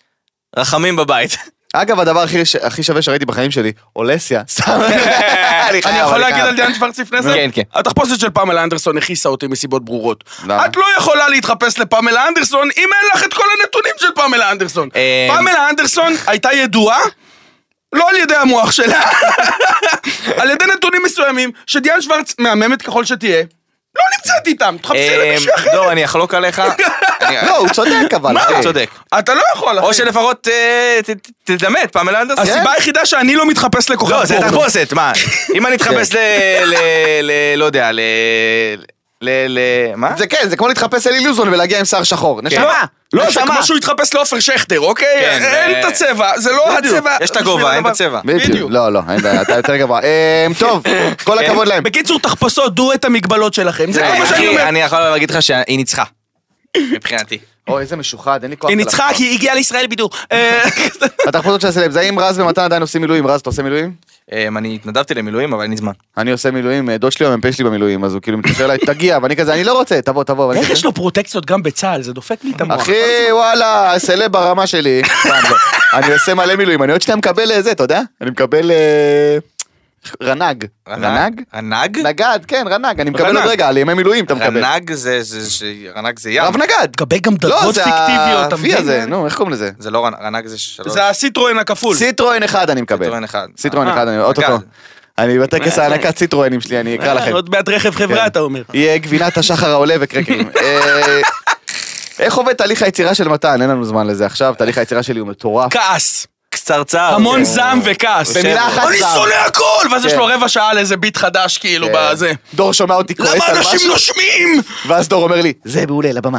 Speaker 3: רחמים בבית.
Speaker 4: אגב, הדבר הכי ש- הכי שווה שראיתי בחיים שלי, אולסיה. סתם. אני חייב,
Speaker 2: אני יכול
Speaker 4: אני
Speaker 2: להגיד
Speaker 4: חייב.
Speaker 2: על דיאן שוורץ לפני זה?
Speaker 3: אה, כן, כן.
Speaker 2: התחפושת של פמלה אנדרסון הכעיסה אותי מסיבות ברורות.
Speaker 4: למה?
Speaker 2: את לא יכולה להתחפש לפמלה אנדרסון אם אין לך את כל הנתונים של פמלה אנדרסון.
Speaker 3: אמ,
Speaker 2: פמלה אנדרסון הייתה ידועה. לא על ידי המוח שלה, על ידי נתונים מסוימים, שדיאן שוורץ, מהממת ככל שתהיה, לא נמצאת איתם, תחפשי למישהו
Speaker 3: אה,
Speaker 2: אחר.
Speaker 3: דור, אני אחלוק עליך. אני-
Speaker 4: לא, הוא צודק אבל.
Speaker 3: אה,
Speaker 4: אה.
Speaker 3: אתה
Speaker 4: אחי.
Speaker 3: צודק.
Speaker 2: אתה לא יכול, אחי.
Speaker 3: או שלפחות אה, ת- ת- תדמה את פמלה אנדרסון. כן.
Speaker 2: הסיבה היחידה שאני לא מתחפש לכוכב
Speaker 3: לא, זה
Speaker 2: פורנו.
Speaker 3: תחפושת, מה? אם אני אתחפש ל... ל- ל- לא יודע, ל... ל... ל... מה?
Speaker 4: זה כן, זה כמו להתחפש אלי לוזון ולהגיע עם שיער שחור. נשמה.
Speaker 2: לא, זה
Speaker 4: נשמה.
Speaker 2: כמו שהוא התחפש לעופר שכטר, אוקיי?
Speaker 3: כן,
Speaker 2: אין
Speaker 3: אה,
Speaker 2: את הצבע, זה לא
Speaker 3: בדיוק.
Speaker 2: הצבע.
Speaker 3: יש את הגובה, אין את הצבע.
Speaker 4: בדיוק.
Speaker 2: בדיוק.
Speaker 4: לא, לא, אין בעיה, אתה יותר גבוה. אה, טוב, כל הכבוד להם.
Speaker 2: בקיצור, תחפשות, דעו את המגבלות שלכם, זה כל מה שאני
Speaker 3: אה, אחי,
Speaker 4: לא
Speaker 2: אומר.
Speaker 3: אני יכול להגיד לך שהיא ניצחה. מבחינתי.
Speaker 4: אוי, איזה משוחד, אין לי כוח.
Speaker 2: היא
Speaker 4: עליו.
Speaker 2: ניצחה כי היא הגיעה לישראל בידור. אה,
Speaker 4: התחפושות של הסלב, זה האם רז ומתן עדיין עושים מילואים? רז, אתה עושה מילואים?
Speaker 3: אמ, אני התנדבתי למילואים, אבל אין לי זמן.
Speaker 4: אני עושה מילואים, אה, דוד שלי המ"פ שלי במילואים, אז הוא כאילו מתקשר אליי, תגיע, ואני כזה, אני לא רוצה, תבוא, תבוא. ואני
Speaker 2: איך
Speaker 4: כזה,
Speaker 2: יש לו פרוטקציות גם בצה"ל? זה דופק לי את המוח.
Speaker 4: אחי, וואלה, סלב ברמה שלי. סתם, לא. אני עושה מלא מילואים, אני עוד שנייה מקבל אה, זה, אתה יודע? אני מקבל... אה, רנ"ג. רנ"ג?
Speaker 3: רנג?
Speaker 4: נגד, כן, רנ"ג, אני מקבל עוד
Speaker 3: רנ"ג.
Speaker 4: רגע, על ימי מילואים אתה מקבל.
Speaker 3: רנג זה... זה- זה- רנג זה ים.
Speaker 4: רב נגד.
Speaker 2: תקבל גם דרגות
Speaker 4: לא, זה
Speaker 2: פיקטיביות,
Speaker 4: ה-V
Speaker 2: אתה מבין?
Speaker 4: הזה, נו, איך קוראים לזה?
Speaker 3: זה לא רנג, רנג זה שלוש.
Speaker 2: זה הסיטרואן הכפול.
Speaker 4: סיטרואן אחד אני מקבל.
Speaker 3: סיטרואן אחד.
Speaker 4: סיטרואן
Speaker 3: אה,
Speaker 4: אחד, אני-
Speaker 3: נגד.
Speaker 4: אוטוטו. אני בטקס הענקת סיטרואנים שלי, אני
Speaker 3: אה,
Speaker 4: אקרא לכם.
Speaker 2: עוד מעט רכב
Speaker 4: כן.
Speaker 2: חברה, אתה אומר.
Speaker 4: יהיה גבינת השחר העולה וקרקרים. אה, איך עובד תהליך היצירה של מתן? אין לנו זמן לזה עכשיו, תהליך היצירה שלי הוא מטורף.
Speaker 2: כעס.
Speaker 3: קצרצר.
Speaker 2: המון
Speaker 3: כן.
Speaker 2: זעם וכעס. כן.
Speaker 4: במילה אחת
Speaker 2: אני
Speaker 4: זעם.
Speaker 2: שונא הכל! ואז יש
Speaker 4: כן.
Speaker 2: לו רבע שעה על איזה ביט חדש, כאילו, בזה.
Speaker 4: אה, דור שומע אותי כועס
Speaker 2: למה
Speaker 4: על
Speaker 2: אנשים
Speaker 4: משהו,
Speaker 2: נושמים?
Speaker 3: לא-
Speaker 4: ואז דור אומר לי, זה מעולה, לבמה.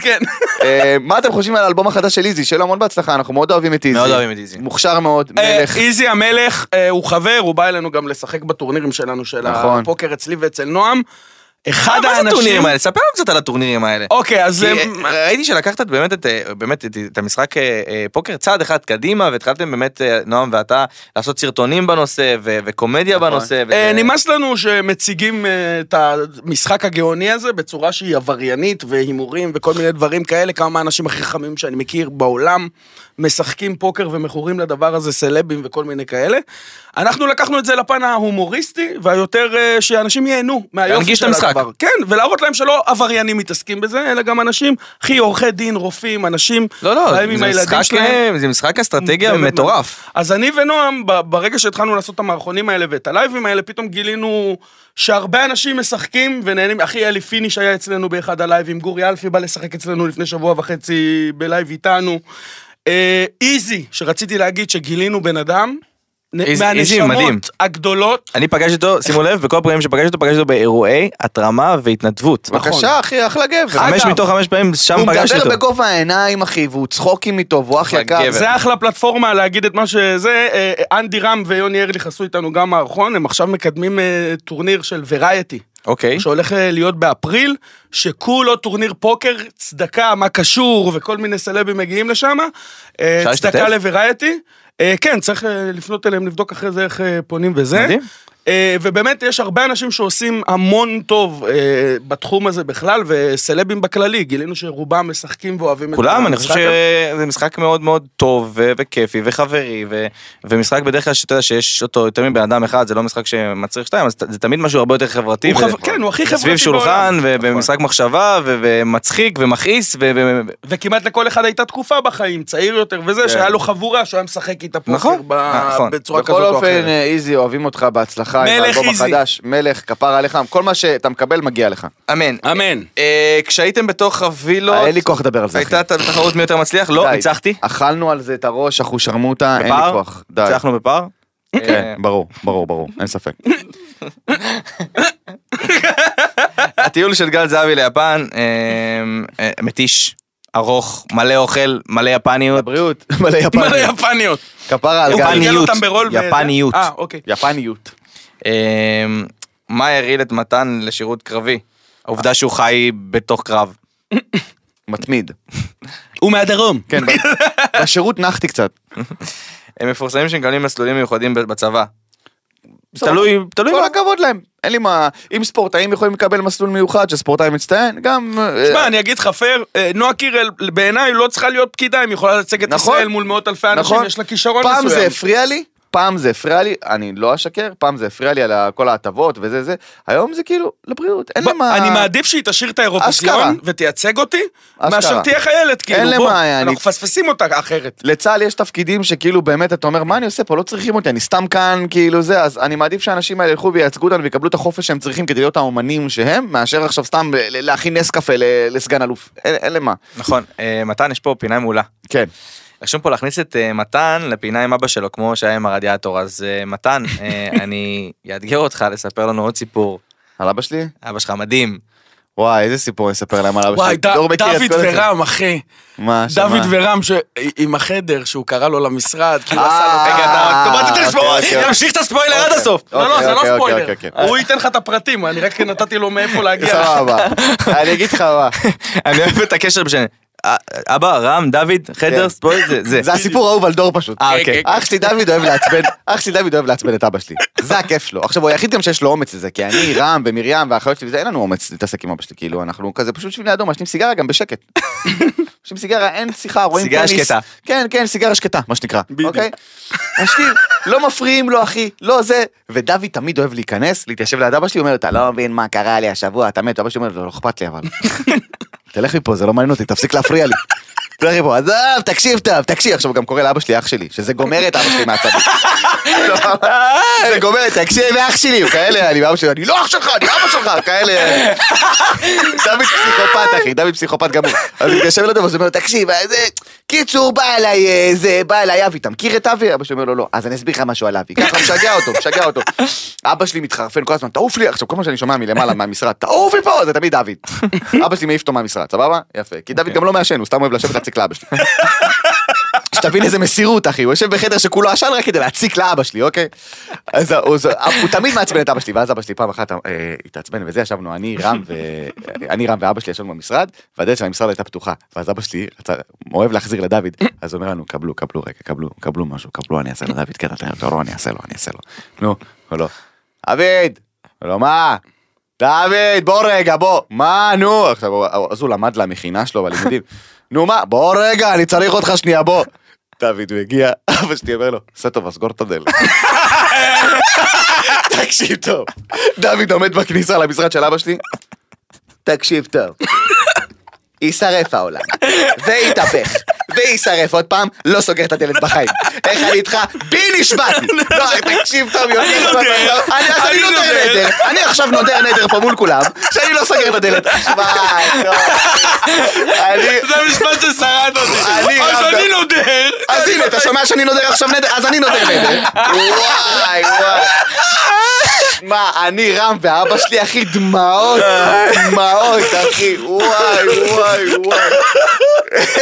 Speaker 2: כן.
Speaker 4: אה, מה אתם חושבים על האלבום החדש של איזי? שיהיה לו המון בהצלחה, אנחנו מאוד אוהבים את איזי.
Speaker 3: מאוד אוהבים את איזי.
Speaker 4: מוכשר מאוד,
Speaker 2: אה,
Speaker 4: מלך.
Speaker 2: איזי המלך, אה, הוא חבר, הוא בא אלינו גם לשחק בטורנירים שלנו, של
Speaker 4: נכון.
Speaker 2: הפוקר אצלי ואצל נועם. אחד
Speaker 3: אה, מה זה
Speaker 2: האנשים...
Speaker 3: הטורנירים האלה? ספר לנו קצת על הטורנירים האלה.
Speaker 2: אוקיי, אז...
Speaker 3: זה-
Speaker 2: אה,
Speaker 3: ראיתי שלקחת את- באמת את אה, באמת את- את המשחק אה, אה, פוקר צעד אחד קדימה והתחלתם באמת אה, נועם ואתה לעשות סרטונים בנושא ו- וקומדיה
Speaker 4: נכון.
Speaker 3: בנושא. וזה-
Speaker 2: אה, נמאס לנו שמציגים אה, את המשחק הגאוני הזה בצורה שהיא עבריינית והימורים וכל מיני דברים כאלה, כמה מהאנשים הכי חכמים שאני מכיר בעולם משחקים פוקר ומכורים לדבר הזה, סלבים וכל מיני כאלה. אנחנו לקחנו את זה לפן ההומוריסטי והיותר אה, שאנשים ייהנו מהיופי
Speaker 3: להנגיש
Speaker 2: של
Speaker 3: את המשחק.
Speaker 2: הדבר. כן, ולהראות להם שלא עבריינים מתעסקים בזה, אלא גם אנשים, אחי, עורכי דין, רופאים, אנשים,
Speaker 3: לא לא,
Speaker 2: באים עם
Speaker 3: זה
Speaker 2: הילדים
Speaker 3: משחק,
Speaker 2: שלהם.
Speaker 3: אה, זה משחק אסטרטגיה
Speaker 2: באמת
Speaker 3: מטורף.
Speaker 2: אז אני ונועם, ב- ברגע שהתחלנו לעשות את המערכונים האלה ואת הלייבים האלה, פתאום גילינו שהרבה אנשים משחקים ונהנים. אחי, אלי פיניש היה אצלנו באחד הלייבים, גורי אלפי בא לשחק אצלנו לפני שבוע וחצי בלייב איתנו. אה, איזי, שרציתי להגיד שגילינו בן אדם, נ-
Speaker 3: איזי- איזי מדהים.
Speaker 2: מהנשמות הגדולות.
Speaker 3: אני פגשתי אותו, שימו לב, בכל הפעמים שפגשתי אותו, פגשתי אותו באירועי התרמה והתנדבות.
Speaker 4: בבקשה, אחי, אחלה גבר.
Speaker 3: נכון. חמש
Speaker 4: נכון. אגב,
Speaker 3: מתוך חמש פעמים שם
Speaker 4: הוא
Speaker 3: פגשתי
Speaker 4: מדבר
Speaker 3: אותו.
Speaker 4: בגובה העיניים, אחי, והוא צחוקים איתו, והוא אח
Speaker 3: אחלה
Speaker 4: יקר.
Speaker 3: גבר.
Speaker 2: זה אחלה פלטפורמה להגיד את מה שזה. אה, אנדי רם ויוני ארליך עשו איתנו גם מערכון, הם עכשיו מקדמים אה, טורניר של ורייטי.
Speaker 3: אוקיי.
Speaker 2: שהולך אה, להיות באפריל, שכולו טורניר פוקר, צדקה, מה קשור, וכל מיני סלבים מגיעים לשם. אה,
Speaker 3: אפשר
Speaker 2: צדקה
Speaker 3: להשתתף?
Speaker 2: לוורייטי. אה, כן, צריך אה, לפנות אליהם, לבדוק אחרי זה איך אה, פונים וזה.
Speaker 3: מדהים.
Speaker 2: אה, ובאמת, יש הרבה אנשים שעושים המון טוב אה, בתחום הזה בכלל, וסלבים בכללי, גילינו שרובם משחקים ואוהבים את
Speaker 3: כולם, אני חושב
Speaker 2: המשחק הזה.
Speaker 3: שזה משחק מאוד מאוד טוב ו- וכיפי וחברי ו- ומשחק בדרך כלל שאתה יודע שיש אותו יותר מבן אדם אחד, זה לא משחק שמצריך שתיים, אז ת- זה תמיד משהו הרבה יותר חברתי.
Speaker 2: הוא
Speaker 3: ו-
Speaker 2: חבר- כן, הוא הכי חברתי
Speaker 3: אה, סביב שולחן
Speaker 2: בעולם. נכון.
Speaker 3: ובמשחק מחשבה ו- ומצחיק ומכעיס ו- ו-
Speaker 2: וכמעט לכל אחד הייתה תקופה בחיים, צעיר יותר וזה, שהיה לו חבורה שהוא היה משחק איתה פוקר
Speaker 3: כן. נכון,
Speaker 2: ב-
Speaker 3: נכון.
Speaker 2: בצורה כזאת
Speaker 4: בכל
Speaker 2: או
Speaker 4: אופן,
Speaker 2: אחרת.
Speaker 4: אה, איזי, אוהבים אותך בהצלחה עם
Speaker 2: מלך
Speaker 4: האלבום
Speaker 2: איזי.
Speaker 4: החדש. מלך, כפרה עליך, כל מה שאתה מקבל מגיע לך. אה,
Speaker 3: אמן.
Speaker 2: אמן.
Speaker 3: אה, כשהייתם בתוך הווילות,
Speaker 4: אין לי כוח לדבר על זה, אחי.
Speaker 3: לא, הייתה ת- תחרות מי יותר מצליח? לא,
Speaker 4: די.
Speaker 3: ניצחתי.
Speaker 4: אכלנו על זה את הראש, אחושרמוטה, אין לי
Speaker 3: בפער?
Speaker 4: כוח. די.
Speaker 3: ניצחנו בפער? אה,
Speaker 4: כן, ברור, ברור, ברור, אין ספק.
Speaker 3: הטיול של גל זהבי ליפן, אמ, אה, מתיש, ארוך, מלא אוכל, מלא יפניות.
Speaker 4: בריאות. מלא
Speaker 2: מלא
Speaker 4: יפניות.
Speaker 2: יפניות.
Speaker 4: כפרה על
Speaker 3: הוא
Speaker 4: גל.
Speaker 3: פניות.
Speaker 2: גלגל אותם ברול וזה.
Speaker 3: יפניות.
Speaker 2: אה, אוקיי.
Speaker 4: יפניות.
Speaker 3: אמ, מה הרעיל את מתן לשירות קרבי? העובדה שהוא חי בתוך קרב.
Speaker 4: מתמיד.
Speaker 2: הוא מהדרום.
Speaker 4: כן, ב- בשירות נחתי קצת.
Speaker 3: הם מפורסמים שמקבלים מסלולים מיוחדים בצבא.
Speaker 4: בסדר.
Speaker 3: תלוי, תלוי.
Speaker 4: כל
Speaker 3: מה.
Speaker 4: הכבוד להם. אין לי מה... אם ספורטאים יכולים לקבל מסלול מיוחד של ספורטאי מצטיין, גם... אה,
Speaker 2: תשמע, אני אגיד לך פייר, אה, נועה קירל בעיניי לא צריכה להיות פקידה, אם היא יכולה לייצג את
Speaker 4: נכון.
Speaker 2: ישראל מול מאות אלפי אנשים,
Speaker 4: נכון.
Speaker 2: יש לה כישרון
Speaker 4: פעם זה
Speaker 2: מסוים.
Speaker 4: הפריע לי, פעם זה הפריע לי, אני לא אשקר, פעם זה הפריע לי על ה- כל ההטבות וזה זה, היום זה כאילו לבריאות, אין למה...
Speaker 2: אני מעדיף שהיא תשאיר את
Speaker 4: אשכרה.
Speaker 2: האירופסיון ותייצג אותי,
Speaker 4: אשכרה.
Speaker 2: מאשר תהיה חיילת, כאילו,
Speaker 4: אין
Speaker 2: בוא,
Speaker 4: למה,
Speaker 2: אנחנו
Speaker 4: אני-
Speaker 2: מפספסים אותה אחרת.
Speaker 4: לצה"ל יש תפקידים שכאילו באמת אתה אומר מה אני עושה פה לא צריכים אותי אני סתם כאן כאילו זה אז אני מעדיף שהאנשים האלה ילכו וייצגו אותנו ויקבלו את החופש שהם צריכים כדי להיות האומנים שהם מאשר עכשיו סתם ל- ל- להכין נס קפה ל- לסגן אלוף אין אין למה.
Speaker 3: נכון, אה, מתן, יש פה פינה מעולה.
Speaker 4: כן.
Speaker 3: רשום פה להכניס את אה, מתן לפינה עם אבא שלו, כמו שהיה עם הרדיאטור. אז אה, מתן, אה, אני אאתגר אותך לספר לנו עוד סיפור.
Speaker 4: על אבא שלי?
Speaker 3: אבא שלך מדהים.
Speaker 4: וואי איזה סיפור נספר להם על אבא שלי.
Speaker 2: וואי, ד-
Speaker 4: אוקיי, דור מכיר את
Speaker 2: דוד
Speaker 4: כל זה.
Speaker 2: ורם, אחי.
Speaker 4: מה?
Speaker 2: דוד
Speaker 4: שמה?
Speaker 2: ורם ש- עם החדר שהוא קרא לו למשרד, כאילו
Speaker 4: אה,
Speaker 2: עשה לו...
Speaker 4: רגע, אתה- אתה באתי
Speaker 3: אוקיי,
Speaker 4: את הספוילר,
Speaker 3: אוקיי.
Speaker 4: תמשיך
Speaker 3: את הספוילר עד הסוף.
Speaker 2: לא, לא, זה
Speaker 4: אוקיי,
Speaker 2: לא
Speaker 4: אוקיי,
Speaker 2: ספוילר.
Speaker 4: אוקיי, אוקיי.
Speaker 2: הוא ייתן לך את הפרטים, אני רק נתתי לו מאיפה להגיע.
Speaker 4: סבבה. אני אגיד לך מה.
Speaker 3: אני אוהב את הקשר בשני. אה, אבא, רם, דוד,
Speaker 4: כן.
Speaker 3: חדר, ספוילר, זה- זה.
Speaker 4: זה הסיפור האהוב על דור פשוט.
Speaker 3: אה, אוקיי.
Speaker 4: אח שלי דוד אוהב לעצבן, אח שלי דוד אוהב לעצבן את אבא שלי. זה הכיף שלו. עכשיו הוא היחיד גם שיש לו אומץ לזה, כי אני, רם ומרים והאחיות שלי וזה, אין לנו אומץ להתעסק עם אבא שלי, כאילו, אנחנו כזה פשוט שבילי אדום, מעשנים סיגריה גם בשקט. מעשנים סיגריה, אין שיחה, רואים
Speaker 3: סיגריה
Speaker 4: טניס.
Speaker 3: שקטה.
Speaker 4: כן, כן, סיגריה שקטה, מה שנקרא. אוקיי? משתיר, לא מפריעים לו אחי, לא זה. ודוד תמיד אוהב להיכנס, להתיישב ליד אבא שלי, הוא אומר, אתה לא מבין מה קרה לי השבוע, אתה מת, אבא שלי אומר, "לא, לא אכפת לי אבל. תלך מפה, זה לא מעניין אותי, תפסיק להפריע לי. תלך מפה, עזוב, תקשיב טוב, תקשיב. עכשיו הוא גם קורא לאבא שלי אח שלי, שזה גומר את אבא שלי מהצד. זה גומר, תקשיב, אח שלי, הוא כאלה, אני ואבא שלי, אני לא אח שלך, אני אבא שלך, כאלה. דוד פסיכופת, אחי, דוד פסיכופת גמור. אז הוא יושב לידו, אז הוא אומר לו, תקשיב, אה, זה... קיצור, בא אליי, אה, זה, בא אליי אבי, אתה מכיר את אבי? אבא שלי אומר לו, לא. אז אני אסביר לך משהו על אבי. ככה, משגע אותו, משגע אותו. אבא שלי מתחרפן כל הזמן, תעוף לי. עכשיו, כל מה שאני שומע מלמעלה מהמשרד, תעוף מפה, זה תמיד דוד. אבא שלי מעיף אותו מהמשרד, סבבה? יפה. כי דוד גם לא מעשן, הוא סתם אוהב לשבת להציק לאבא שלי. שתבין איזה מסירות, אחי, הוא יושב בחדר שכולו עשן רק כדי להציק לאבא שלי, אוקיי? אז הוא, הוא, הוא תמיד מעצבן את אבא שלי, ואז אבא שלי פעם אחת אה, התעצבן וזה, ישבנו אני, רם ו... אני, רם ואבא שלי ישבנו במשרד, והדלת של המשרד הייתה פתוחה, ואז אבא שלי רצה, אוהב להחזיר לדוד, אז הוא אומר לנו, קבלו, קבלו רגע, קבלו, קבלו משהו, קבלו, אני אעשה לדוד, כן, אתה אתה לא, אני אעשה לו, אני אעשה לו. נו, הוא לא. דוד! הוא לא, מה? דוד, בוא רגע, בוא. מה, נו? עכשיו, הוא- אז הוא למד למכינה שלו בלימודים. נו מה, בוא רגע, אני צריך אותך שנייה, בוא. דוד, הוא הגיע, אבא שלי אומר לו, עשה טוב, אז סגור את הדלת. תקשיב טוב. דוד עומד בכניסה למשרד של אבא שלי, תקשיב טוב. יישרף העולם, ויתהפך, ויישרף עוד פעם, לא סוגר את הדלת בחיים. איך אני איתך? בי נשבעתי! לא, תקשיב טוב, יוני, אני אז אני נודר נדר, אני עכשיו נודר נדר פה מול כולם, שאני לא סוגר את הדלת. וואי, לא. אני...
Speaker 2: זה המשפט ששרד אותי.
Speaker 4: אני
Speaker 2: אז
Speaker 4: רב-
Speaker 2: אני נודר.
Speaker 4: אז הנה, אתה שומע שאני נודר עכשיו נדר? אז אני נודר נדר. וואי, וואי. מה, אני רם ואבא שלי, אחי, דמעות, דמעות, אחי, וואי, וואי, וואי.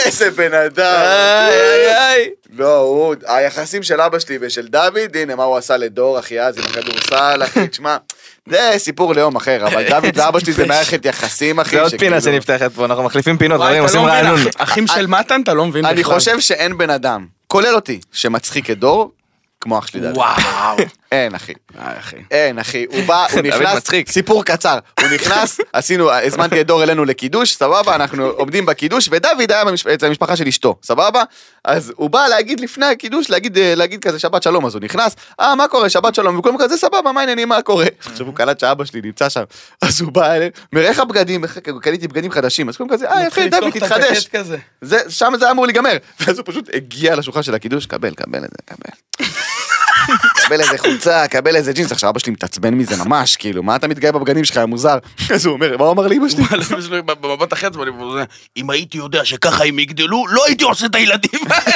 Speaker 4: איזה בן אדם. לא, הוא, היחסים של אבא שלי ושל דוד, הנה מה הוא עשה לדור, אחי, אז עם הכדורסל, אחי, תשמע, זה סיפור ליום אחר, אבל דוד ואבא שלי זה מערכת יחסים, אחי.
Speaker 3: זה עוד
Speaker 4: כן, שכאילו-
Speaker 3: פינה שנפתחת פה, אנחנו מחליפים פינות,
Speaker 2: וואי,
Speaker 3: חברים,
Speaker 2: אתה
Speaker 3: עושים
Speaker 2: לא מבין,
Speaker 3: רענון.
Speaker 2: אחי- אחים של מתן, אתה לא מבין בכלל.
Speaker 4: אני חושב שאין בן אדם, כולל אותי, שמצחיק את דור, כמו אח שלי דוד.
Speaker 2: וואו.
Speaker 4: אין אחי,
Speaker 2: אה, אחי.
Speaker 4: אין אחי, הוא בא, הוא
Speaker 3: דוד
Speaker 4: נכנס,
Speaker 3: מצחיק.
Speaker 4: סיפור קצר, הוא נכנס, עשינו, הזמנתי את דור אלינו לקידוש, סבבה, אנחנו עומדים בקידוש, ודוד היה במש- אצל המשפחה של אשתו, סבבה? אז הוא בא להגיד לפני הקידוש, להגיד, אה, להגיד כזה שבת שלום, אז הוא נכנס, אה, מה קורה, שבת שלום, וכולם כזה, סבבה, מה העניינים, מה קורה? עכשיו הוא קלט שאבא שלי נמצא שם, אז הוא בא אלינו, אומר, איך הבגדים, איך- קניתי בגדים חדשים, אז כולם כזה, אה, יפה, דוד,
Speaker 2: לפתוח את הז'קט
Speaker 4: תתחדש.
Speaker 2: כזה.
Speaker 4: זה, שם זה היה אמור להיגמר. ואז הוא פשוט הגיע לשולחן של הקידוש, קבל, קבל את זה, קבל. קבל איזה חולצה, קבל איזה ג'ינס. עכשיו אבא שלי מתעצבן מזה ממש, כאילו, מה אתה מתגאה בבגדים שלך, יא מוזר? אז הוא אומר, מה הוא אמר לאמא שלי?
Speaker 2: וואלה, יש לו במבט אחר עצמו, אני אומר, אם הייתי יודע שככה הם יגדלו, לא הייתי עושה את הילדים האלה.